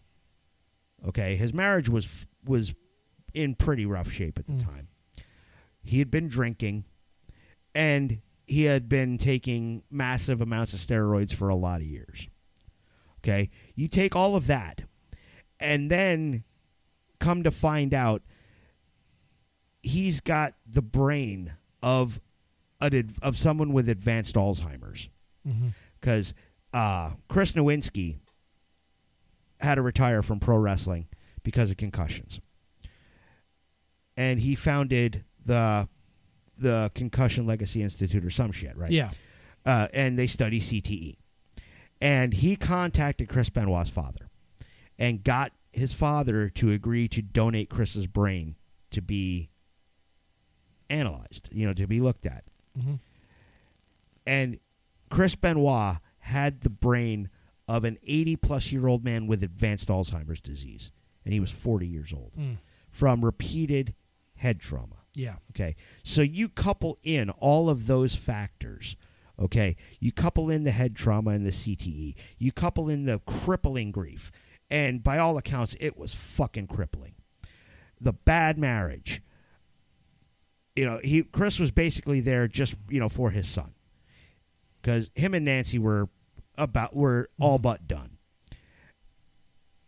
Speaker 1: Okay, his marriage was was in pretty rough shape at the time. He had been drinking and he had been taking massive amounts of steroids for a lot of years. Okay? You take all of that and then come to find out he's got the brain of an ad- of someone with advanced Alzheimer's.
Speaker 2: Mm-hmm.
Speaker 1: Because uh, Chris Nowinski had to retire from pro wrestling because of concussions, and he founded the the Concussion Legacy Institute or some shit, right?
Speaker 2: Yeah.
Speaker 1: uh, and they study CTE. And he contacted Chris Benoit's father and got his father to agree to donate Chris's brain to be analyzed, you know, to be looked at. And Chris Benoit had the brain of an 80 plus year old man with advanced Alzheimer's disease, and he was 40 years old from repeated head trauma.
Speaker 2: Yeah.
Speaker 1: Okay. So you couple in all of those factors. Okay. You couple in the head trauma and the CTE. You couple in the crippling grief. And by all accounts, it was fucking crippling. The bad marriage. You know, he Chris was basically there just, you know, for his son. Cuz him and Nancy were about were all but done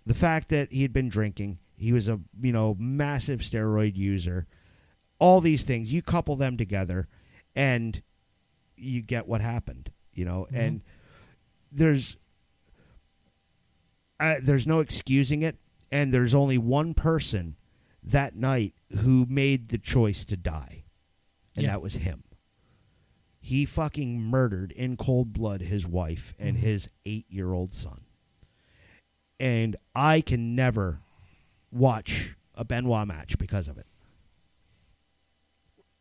Speaker 1: the fact that he had been drinking, He was a you know massive steroid user. All these things you couple them together, and you get what happened. You know, and there's uh, there's no excusing it, and there's only one person that night who made the choice to die, and
Speaker 2: Yeah.
Speaker 1: that was him. He fucking murdered in cold blood his wife and
Speaker 2: Mm-hmm.
Speaker 1: his eight year old son. And I can never watch a Benoit match because of it.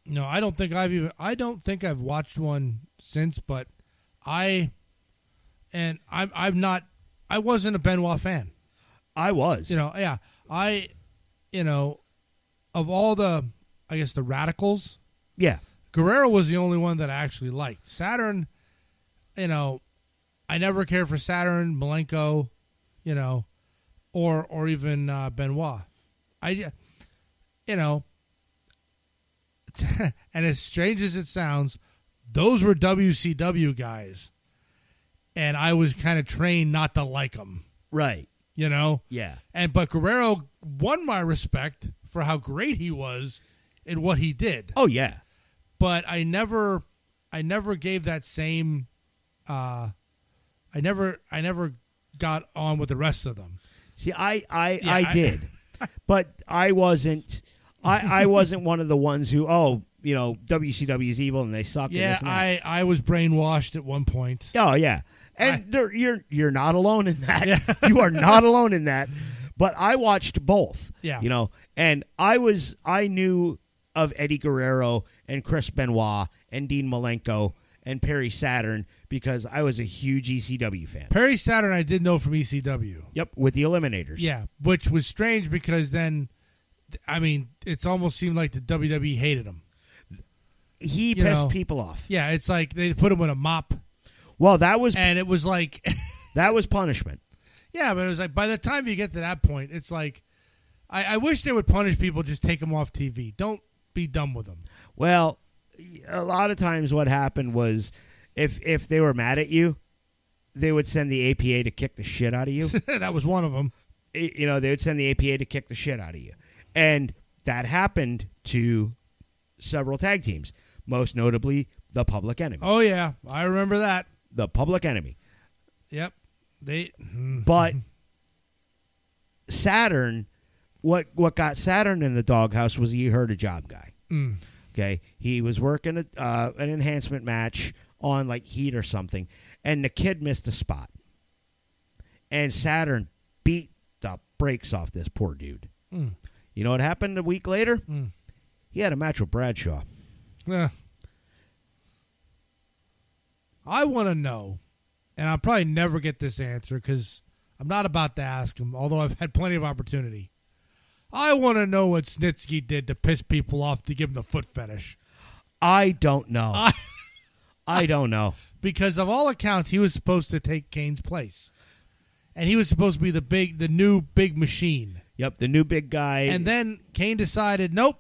Speaker 2: No, I don't think I've even. I don't think I've watched one since. But I, and I'm. I'm not. I wasn't a Benoit fan.
Speaker 1: I was.
Speaker 2: You know. Yeah. I. You know, of all the, I guess the radicals,
Speaker 1: yeah.
Speaker 2: Guerrero was the only one that I actually liked. Saturn, you know, I never cared for Saturn, Malenko, you know, or or even uh, Benoit. I, ju- you know, and as strange as it sounds, those were WCW guys, and I was kind of trained not to like them,
Speaker 1: Right.
Speaker 2: you know.
Speaker 1: Yeah.
Speaker 2: And but Guerrero won my respect for how great he was in what he did
Speaker 1: Oh, yeah.
Speaker 2: but I never I never gave that same uh I never I never got on with the rest of them.
Speaker 1: See, I I,
Speaker 2: Yeah,
Speaker 1: I
Speaker 2: I-
Speaker 1: did, but I wasn't. I, I wasn't one of the ones who oh you know WCW is evil and they suck. and
Speaker 2: Yeah,
Speaker 1: this and that.
Speaker 2: I I was brainwashed at one point.
Speaker 1: Oh yeah, and there- you're you're not alone in that. you are not alone in that. But I watched both.
Speaker 2: Yeah.
Speaker 1: you know, and I was I knew of Eddie Guerrero and Chris Benoit and Dean Malenko and Perry Saturn because I was a huge ECW fan.
Speaker 2: Perry Saturn I did know from ECW.
Speaker 1: Yep, with the Eliminators.
Speaker 2: Yeah, which was strange because then I mean, it's almost seemed like the WWE hated him.
Speaker 1: he
Speaker 2: You
Speaker 1: pissed
Speaker 2: know.
Speaker 1: people off.
Speaker 2: Yeah, it's like they put him in a mop
Speaker 1: Well, that was
Speaker 2: and it was like
Speaker 1: that was punishment.
Speaker 2: Yeah, but it was like by the time you get to that point, it's like I, I wish they would punish people, just take them off TV. Don't be dumb with them.
Speaker 1: Well, a lot of times what happened was if if they were mad at you, they would send the APA to kick the shit out of you.
Speaker 2: that was one of them.
Speaker 1: I- you know, they would send the APA to kick the shit out of you. And that happened to several tag teams, most notably the Public Enemy.
Speaker 2: Oh yeah, I remember that.
Speaker 1: The Public Enemy.
Speaker 2: Yep. They hmm,
Speaker 1: But Saturn, what what got Saturn in the doghouse was he heard a job guy.
Speaker 2: mm,
Speaker 1: Okay, he was working a, uh, an enhancement match on like Heat or something, and the kid missed a spot, and Saturn beat the brakes off this poor dude.
Speaker 2: Mm.
Speaker 1: You know what happened a week later?
Speaker 2: Mm.
Speaker 1: He had a match with Bradshaw.
Speaker 2: yeah. I want to know, and I'll probably never get this answer because I'm not about to ask him. Although I've had plenty of opportunity. I want to know what Snitsky did to piss people off to give him the foot fetish.
Speaker 1: I don't know. I don't know.
Speaker 2: because of all accounts he was supposed to take Kane's place. And he was supposed to be the big the new big machine.
Speaker 1: Yep, the new big guy.
Speaker 2: And then Kane decided, "Nope,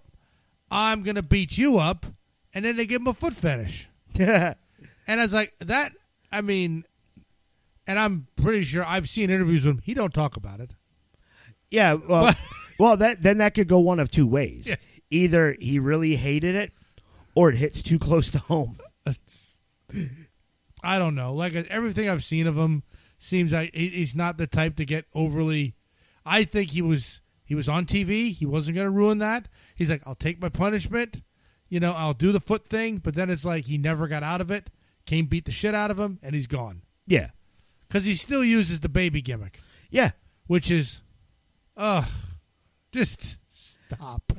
Speaker 2: I'm going to beat you up." And then they give him a foot fetish.
Speaker 1: then
Speaker 2: And I was like, "That I mean, and I'm pretty sure I've seen interviews with him. He don't talk about it.
Speaker 1: Yeah, well, well, that then that could go one of two ways.
Speaker 2: Yeah.
Speaker 1: Either he really hated it, or it hits too close to home.
Speaker 2: I don't know. Like everything I've seen of him seems like he- he's not the type to get overly. I think he was he was on TV. He wasn't going to ruin that. He's like, I'll take my punishment. You know, I'll do the foot thing. But then it's like he never got out of it. Kane beat the shit out of him, and he's gone
Speaker 1: Yeah,
Speaker 2: because he still uses the baby gimmick,
Speaker 1: yeah.
Speaker 2: which is, ugh, just stop.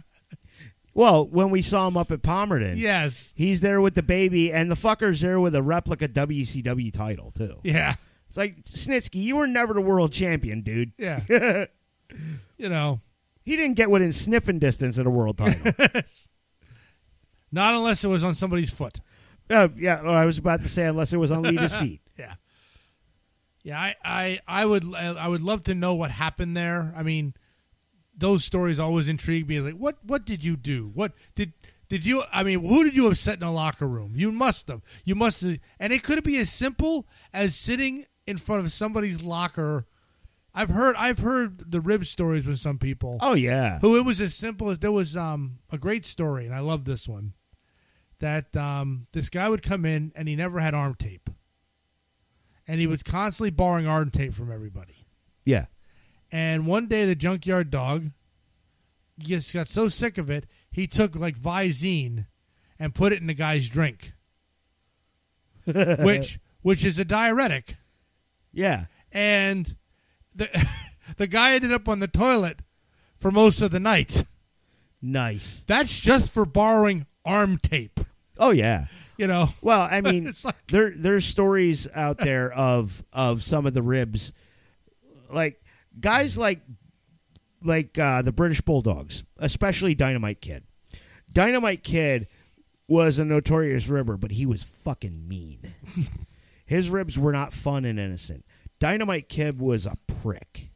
Speaker 1: Well, when we saw him up at Palmerton,
Speaker 2: Yes,
Speaker 1: he's there with the baby, and the fucker's there with a replica WCW title too.
Speaker 2: yeah.
Speaker 1: It's like Snitsky, you were never the world champion, dude.
Speaker 2: Yeah. you know,
Speaker 1: He didn't get within sniffing distance of the world title.
Speaker 2: not unless it was on somebody's foot.
Speaker 1: uh, yeah, or I was about to say, unless it was on Lita's feet.
Speaker 2: Yeah. Yeah, I, I, I would uh, I would love to know what happened there. I mean, those stories always intrigue me. Like, what what did you do? What did did you? I mean, who did you upset in the locker room? You must have. You must have. And it could be as simple as sitting in front of somebody's locker. I've heard I've heard the rib stories with some people.
Speaker 1: Oh yeah.
Speaker 2: who it was as simple as there was um, a great story, and I love this one. That um, this guy would come in and he never had arm tape, and he was constantly borrowing arm tape from everybody.
Speaker 1: Yeah.
Speaker 2: And one day, the junkyard dog just got so sick of it, he took like Visine and put it in the guy's drink, which which is a diuretic
Speaker 1: Yeah.
Speaker 2: and the the guy ended up on the toilet for most of the night.
Speaker 1: Nice.
Speaker 2: That's just for borrowing arm tape,
Speaker 1: Oh yeah.
Speaker 2: you know.
Speaker 1: Well, I mean,
Speaker 2: It's like-
Speaker 1: there there's stories out there of of some of the ribs, like guys like like uh, the British Bulldogs, especially Dynamite Kid. Dynamite Kid was a notorious ribber, but he was fucking mean. His ribs were not fun and innocent. Dynamite Kid was a prick.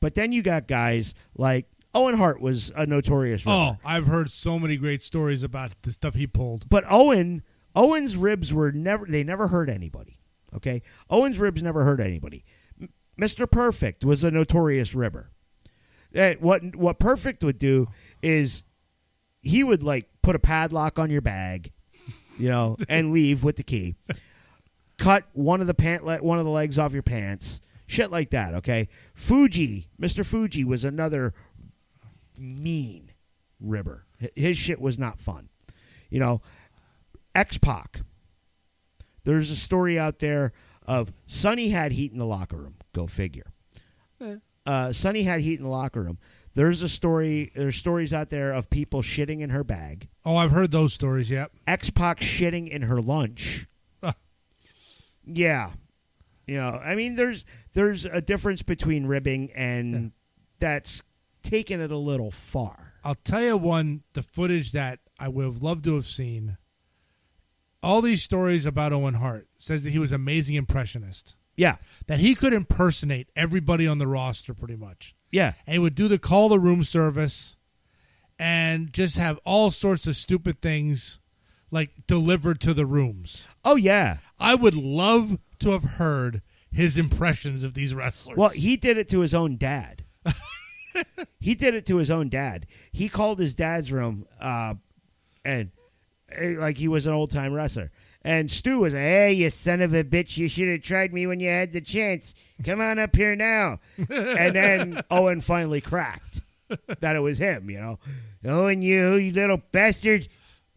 Speaker 1: but then you got guys like Owen Hart was a notorious ribber.
Speaker 2: Oh, I've heard so many great stories about the stuff he pulled.
Speaker 1: But Owen Owen's ribs were never they never hurt anybody. Okay? Owen's ribs never hurt anybody. M- Mr. Perfect was a notorious ribber. Eh, What what Perfect would do is he would like put a padlock on your bag, you know, and leave with the key. Cut one of the pant le- one of the legs off your pants. Shit like that, okay? Fuji, Mr. Fuji was another mean ribber. H- His shit was not fun. You know, X Pac. There's a story out there of Sonny had heat in the locker room. Go figure. Uh, Sonny had heat in the locker room. There's a story. There's stories out there of people shitting in her bag.
Speaker 2: Oh, I've heard those stories. Yep.
Speaker 1: X Pac shitting in her lunch.
Speaker 2: Huh.
Speaker 1: yeah, you know. I mean, there's there's a difference between ribbing and that's taking it a little far.
Speaker 2: I'll tell you one the footage that I would have loved to have seen. All these stories about Owen Hart says that he was an amazing impressionist,
Speaker 1: Yeah,
Speaker 2: that he could impersonate everybody on the roster pretty much.
Speaker 1: yeah,
Speaker 2: and he would do the call to room service and just have all sorts of stupid things like delivered to the rooms.
Speaker 1: oh yeah.
Speaker 2: I would love to have heard his impressions of these wrestlers.
Speaker 1: Well, he did it to his own dad. he did it to his own dad. He called his dad's room, uh, and eh, like he was an old time wrestler. And Stu was, "Hey, you son of a bitch! You should have tried me when you had the chance. Come on up here now." and then Owen finally cracked that it was him. You know, Owen, you you little bastard.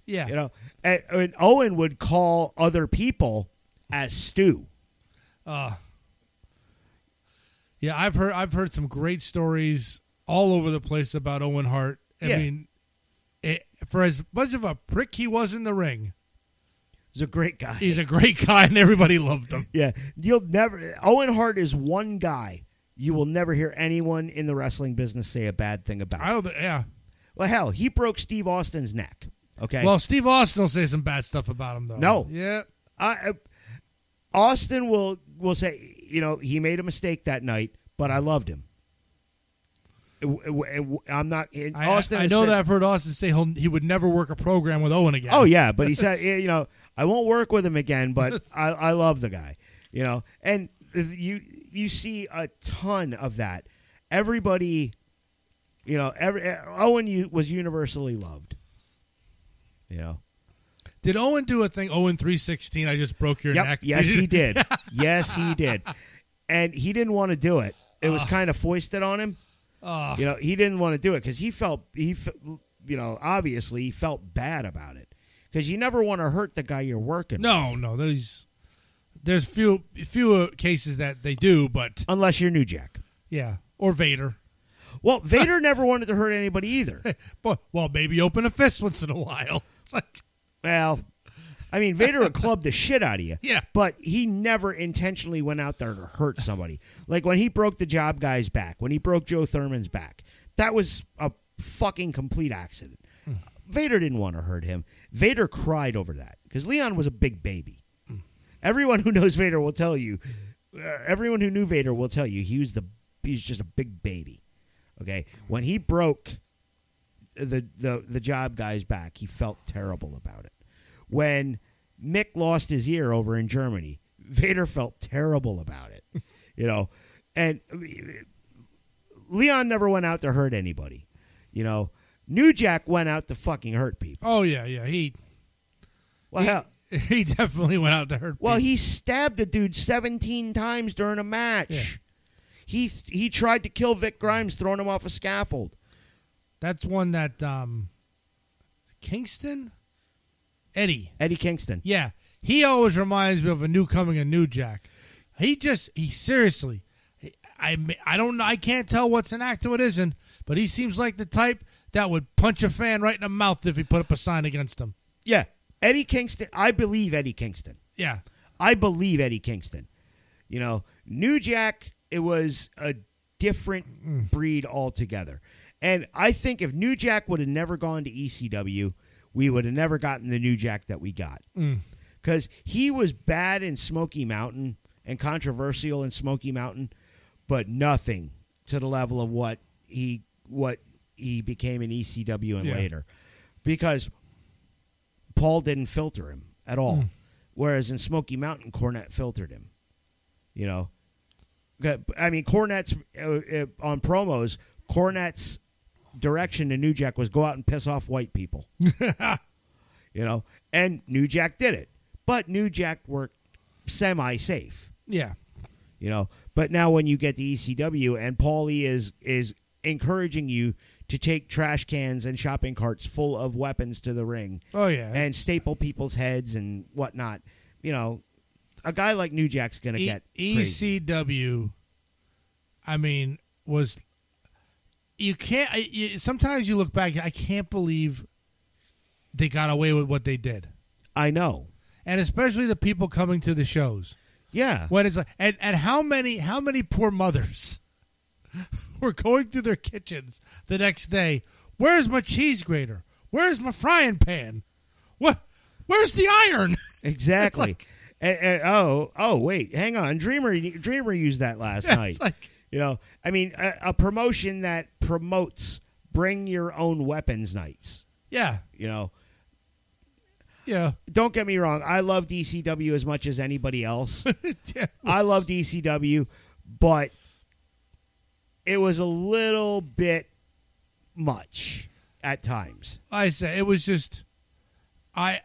Speaker 2: yeah.
Speaker 1: You know, and, and Owen would call other people as Stu.
Speaker 2: yeah, I've heard I've heard some great stories all over the place about Owen Hart. I
Speaker 1: Yeah.
Speaker 2: mean, it, for as much of a prick he was in the ring,
Speaker 1: He's a great guy.
Speaker 2: he's a great guy and everybody loved him.
Speaker 1: Yeah, you'll never. Owen Hart is one guy you will never hear anyone in the wrestling business say a bad thing
Speaker 2: I
Speaker 1: about.
Speaker 2: don't think, yeah.
Speaker 1: Well, hell, he broke Steve Austin's neck. Okay,
Speaker 2: Well, Steve Austin will say some bad stuff about him though.
Speaker 1: No.
Speaker 2: Yeah.
Speaker 1: I, I- Austin will will say, you know, he made a mistake that night, but I loved him. W- w- w- I'm not. and
Speaker 2: I,
Speaker 1: Austin,
Speaker 2: I
Speaker 1: has
Speaker 2: know
Speaker 1: said-
Speaker 2: that I've heard Austin say he'll, he would never work a program with Owen again.
Speaker 1: Oh yeah, but he said, you know, I won't work with him again, but I, I love the guy, you know. And you you see a ton of that. Everybody, you know, every eh, Owen u- was universally loved. You know.
Speaker 2: Did Owen do a thing? Owen three sixteen. I just broke your
Speaker 1: Yep.
Speaker 2: neck.
Speaker 1: Yes, he did. yes, he did. And he didn't want to do it. It was kind of foisted on him.
Speaker 2: Ah.
Speaker 1: You know, he didn't want to do it because he felt he, fe- you know, obviously he felt bad about it because you never want to hurt the guy you're working. with.
Speaker 2: No, no. There's there's few fewer cases that they do, but
Speaker 1: unless you're New Jack.
Speaker 2: yeah, or Vader.
Speaker 1: Well, Vader never wanted to hurt anybody either.
Speaker 2: But well, maybe open a fist once in a while. It's like
Speaker 1: Well, I mean, Vader would club the shit out of you.
Speaker 2: Yeah.
Speaker 1: But he never intentionally went out there to hurt somebody. Like when he broke the job guy's back, when he broke Joe Thurman's back, that was a fucking complete accident. Vader didn't want to hurt him. Vader cried over that because Leon was a big baby. Everyone who knows Vader will tell you. uh, Everyone who knew Vader will tell you he was the he was just a big baby. Okay, when he broke the the the job guy's back, he felt terrible about it. When Mick lost his ear over in Germany, Vader felt terrible about it. You know, and Leon never went out to hurt anybody. You know, New Jack went out to fucking hurt people.
Speaker 2: Oh yeah, yeah. He
Speaker 1: Well, hell,
Speaker 2: he definitely went out to hurt.
Speaker 1: well,
Speaker 2: people.
Speaker 1: he stabbed a dude seventeen times during a match. He he tried to kill Vic Grimes, throwing him off a scaffold.
Speaker 2: that's one that um, Kingston, Eddie.
Speaker 1: Eddie Kingston.
Speaker 2: Yeah, he always reminds me of a new coming, a new Jack. He just he seriously, I I don't know. I can't tell what's an act and what isn't, but he seems like the type that would punch a fan right in the mouth if he put up a sign against him.
Speaker 1: Yeah, Eddie Kingston. I believe Eddie Kingston.
Speaker 2: Yeah,
Speaker 1: I believe Eddie Kingston. You know, New Jack, it was a different breed altogether. And I think if New Jack would have never gone to ECW, we would have never gotten the New Jack that we got. Because he was bad in Smoky Mountain and controversial in Smoky Mountain, but nothing to the level of what he what he became in ECW and
Speaker 2: Yeah.
Speaker 1: later. Because Paul didn't filter him at all. Whereas in Smoky Mountain, Cornette filtered him. You know, Got- I mean, Cornette's uh, uh, on promos. Cornette's direction to New Jack was go out and piss off white people. you know, and New Jack did it, but New Jack worked semi safe.
Speaker 2: yeah,
Speaker 1: You know, but now when you get to ECW and Paulie is is encouraging you to take trash cans and shopping carts full of weapons to the ring
Speaker 2: oh yeah.
Speaker 1: and staple people's heads and whatnot. You know, a guy like New Jack's gonna
Speaker 2: E-
Speaker 1: get crazy.
Speaker 2: ECW. I mean, was you can't. I, you, sometimes you look back. I can't believe they got away with what they did,
Speaker 1: I know.
Speaker 2: and especially the people coming to the shows.
Speaker 1: Yeah.
Speaker 2: When it's like, and, and how many how many poor mothers were going through their kitchens the next day? Where's my cheese grater? Where's my frying pan? What? Where's the iron?
Speaker 1: Exactly.
Speaker 2: It's like-
Speaker 1: And- and- oh, oh, wait, hang on. Dreamer, Dreamer used that last night.
Speaker 2: it's like
Speaker 1: you know, I mean, a, a promotion that promotes bring your own weapons nights.
Speaker 2: yeah,
Speaker 1: You know,
Speaker 2: yeah.
Speaker 1: don't get me wrong. I love DCW as much as anybody else.
Speaker 2: yeah.
Speaker 1: I love DCW, but it was a little bit much at times.
Speaker 2: I say it was just I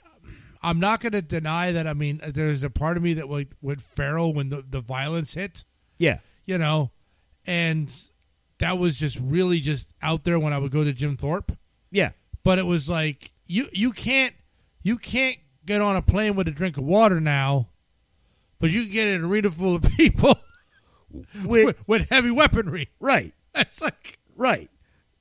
Speaker 2: I'm not going to deny that I mean there's a part of me that like went feral when the, the violence hit,
Speaker 1: Yeah.
Speaker 2: you know, and that was just really just out there when I would go to Jim Thorpe,
Speaker 1: Yeah.
Speaker 2: but it was like you you can't you can't get on a plane with a drink of water now, but you can get an arena full of people
Speaker 1: With,
Speaker 2: with, with heavy weaponry.
Speaker 1: right.
Speaker 2: That's like
Speaker 1: Right.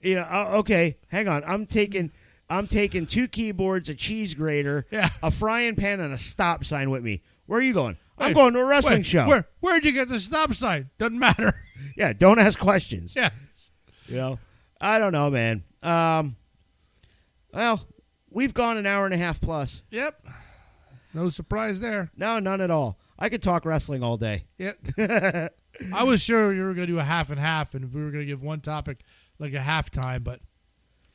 Speaker 1: You know, uh, okay, hang on. I'm taking I'm taking two keyboards, a cheese grater,
Speaker 2: Yeah.
Speaker 1: a frying pan and a stop sign with me. Where are you going? I'm
Speaker 2: Wait,
Speaker 1: going to a wrestling
Speaker 2: where,
Speaker 1: show.
Speaker 2: Where where'd you get the stop sign? Doesn't matter.
Speaker 1: Yeah, don't ask questions.
Speaker 2: yeah.
Speaker 1: You know. I don't know, man. Um well, we've gone an hour and a half plus.
Speaker 2: Yep. No surprise there.
Speaker 1: No, none at all. I could talk wrestling all day.
Speaker 2: Yep. I was sure you were going to do a half and half, and we were going to give one topic like a halftime, but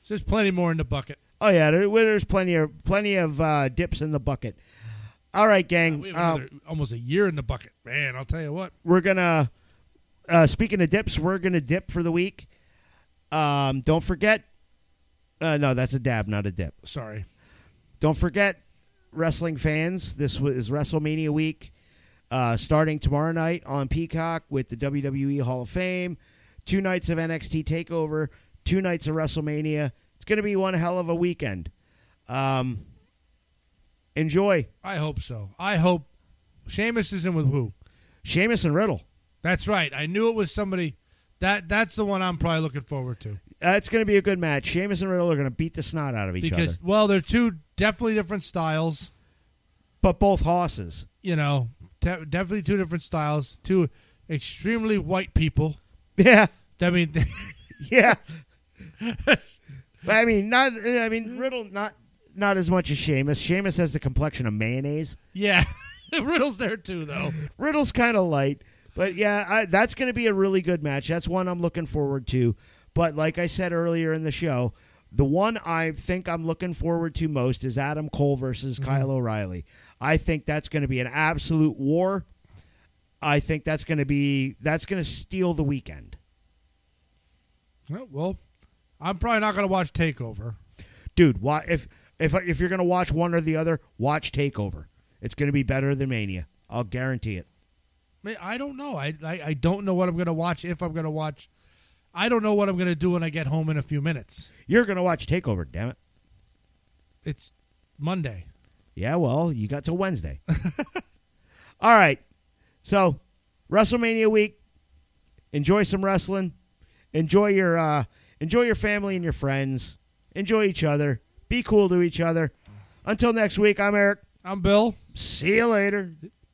Speaker 2: there's plenty more in the bucket.
Speaker 1: Oh yeah, there, there's plenty of plenty of uh, dips in the bucket. All right, gang.
Speaker 2: We have
Speaker 1: um,
Speaker 2: another, almost a year in the bucket. Man, I'll tell you what.
Speaker 1: we're gonna uh, speaking of dips, we're gonna dip for the week. Um, don't forget. Uh, no, that's a dab, not a dip.
Speaker 2: Sorry.
Speaker 1: Don't forget, wrestling fans. This wa- is WrestleMania week, uh, starting tomorrow night on Peacock with the WWE Hall of Fame, two nights of NXT Takeover, two nights of WrestleMania. It's gonna be one hell of a weekend. Um, enjoy.
Speaker 2: I hope so. I hope Seamus is in with who?
Speaker 1: Sheamus and Riddle.
Speaker 2: That's right. I knew it was somebody. That that's the one I'm probably looking forward to
Speaker 1: Uh, it's going to be a good match. Sheamus and Riddle are going to beat the snot out of each other.
Speaker 2: because well, they're two definitely different styles.
Speaker 1: but both hosses.
Speaker 2: You know, de- definitely two different styles. Two extremely white people.
Speaker 1: Yeah,
Speaker 2: I mean,
Speaker 1: yeah. I mean, not. I mean, Riddle not not as much as Sheamus. Sheamus has the complexion of mayonnaise.
Speaker 2: yeah, Riddle's there too, though.
Speaker 1: Riddle's kind of light, but yeah, I, that's going to be a really good match. That's one I'm looking forward to. But like I said earlier in the show, the one I think I'm looking forward to most is Mm-hmm. Adam Cole versus Kyle O'Reilly. I think that's going to be an absolute war. I think that's going to be that's going to steal the weekend.
Speaker 2: Well, well, I'm probably not going to watch Takeover.
Speaker 1: Dude, why if if if you're going to watch one or the other, watch Takeover. It's going to be better than Mania. I'll guarantee it.
Speaker 2: I, mean, I don't know. I, I I don't know what I'm going to watch if I'm going to watch. I don't know what I'm going to do when I get home in a few minutes.
Speaker 1: You're going to watch Takeover, damn it.
Speaker 2: It's Monday.
Speaker 1: Yeah, well, you got till Wednesday. All right. So, WrestleMania week. Enjoy some wrestling. Enjoy your uh, enjoy your family and your friends. Enjoy each other. Be cool to each other. Until next week, I'm Eric.
Speaker 2: I'm Bill.
Speaker 1: See you later.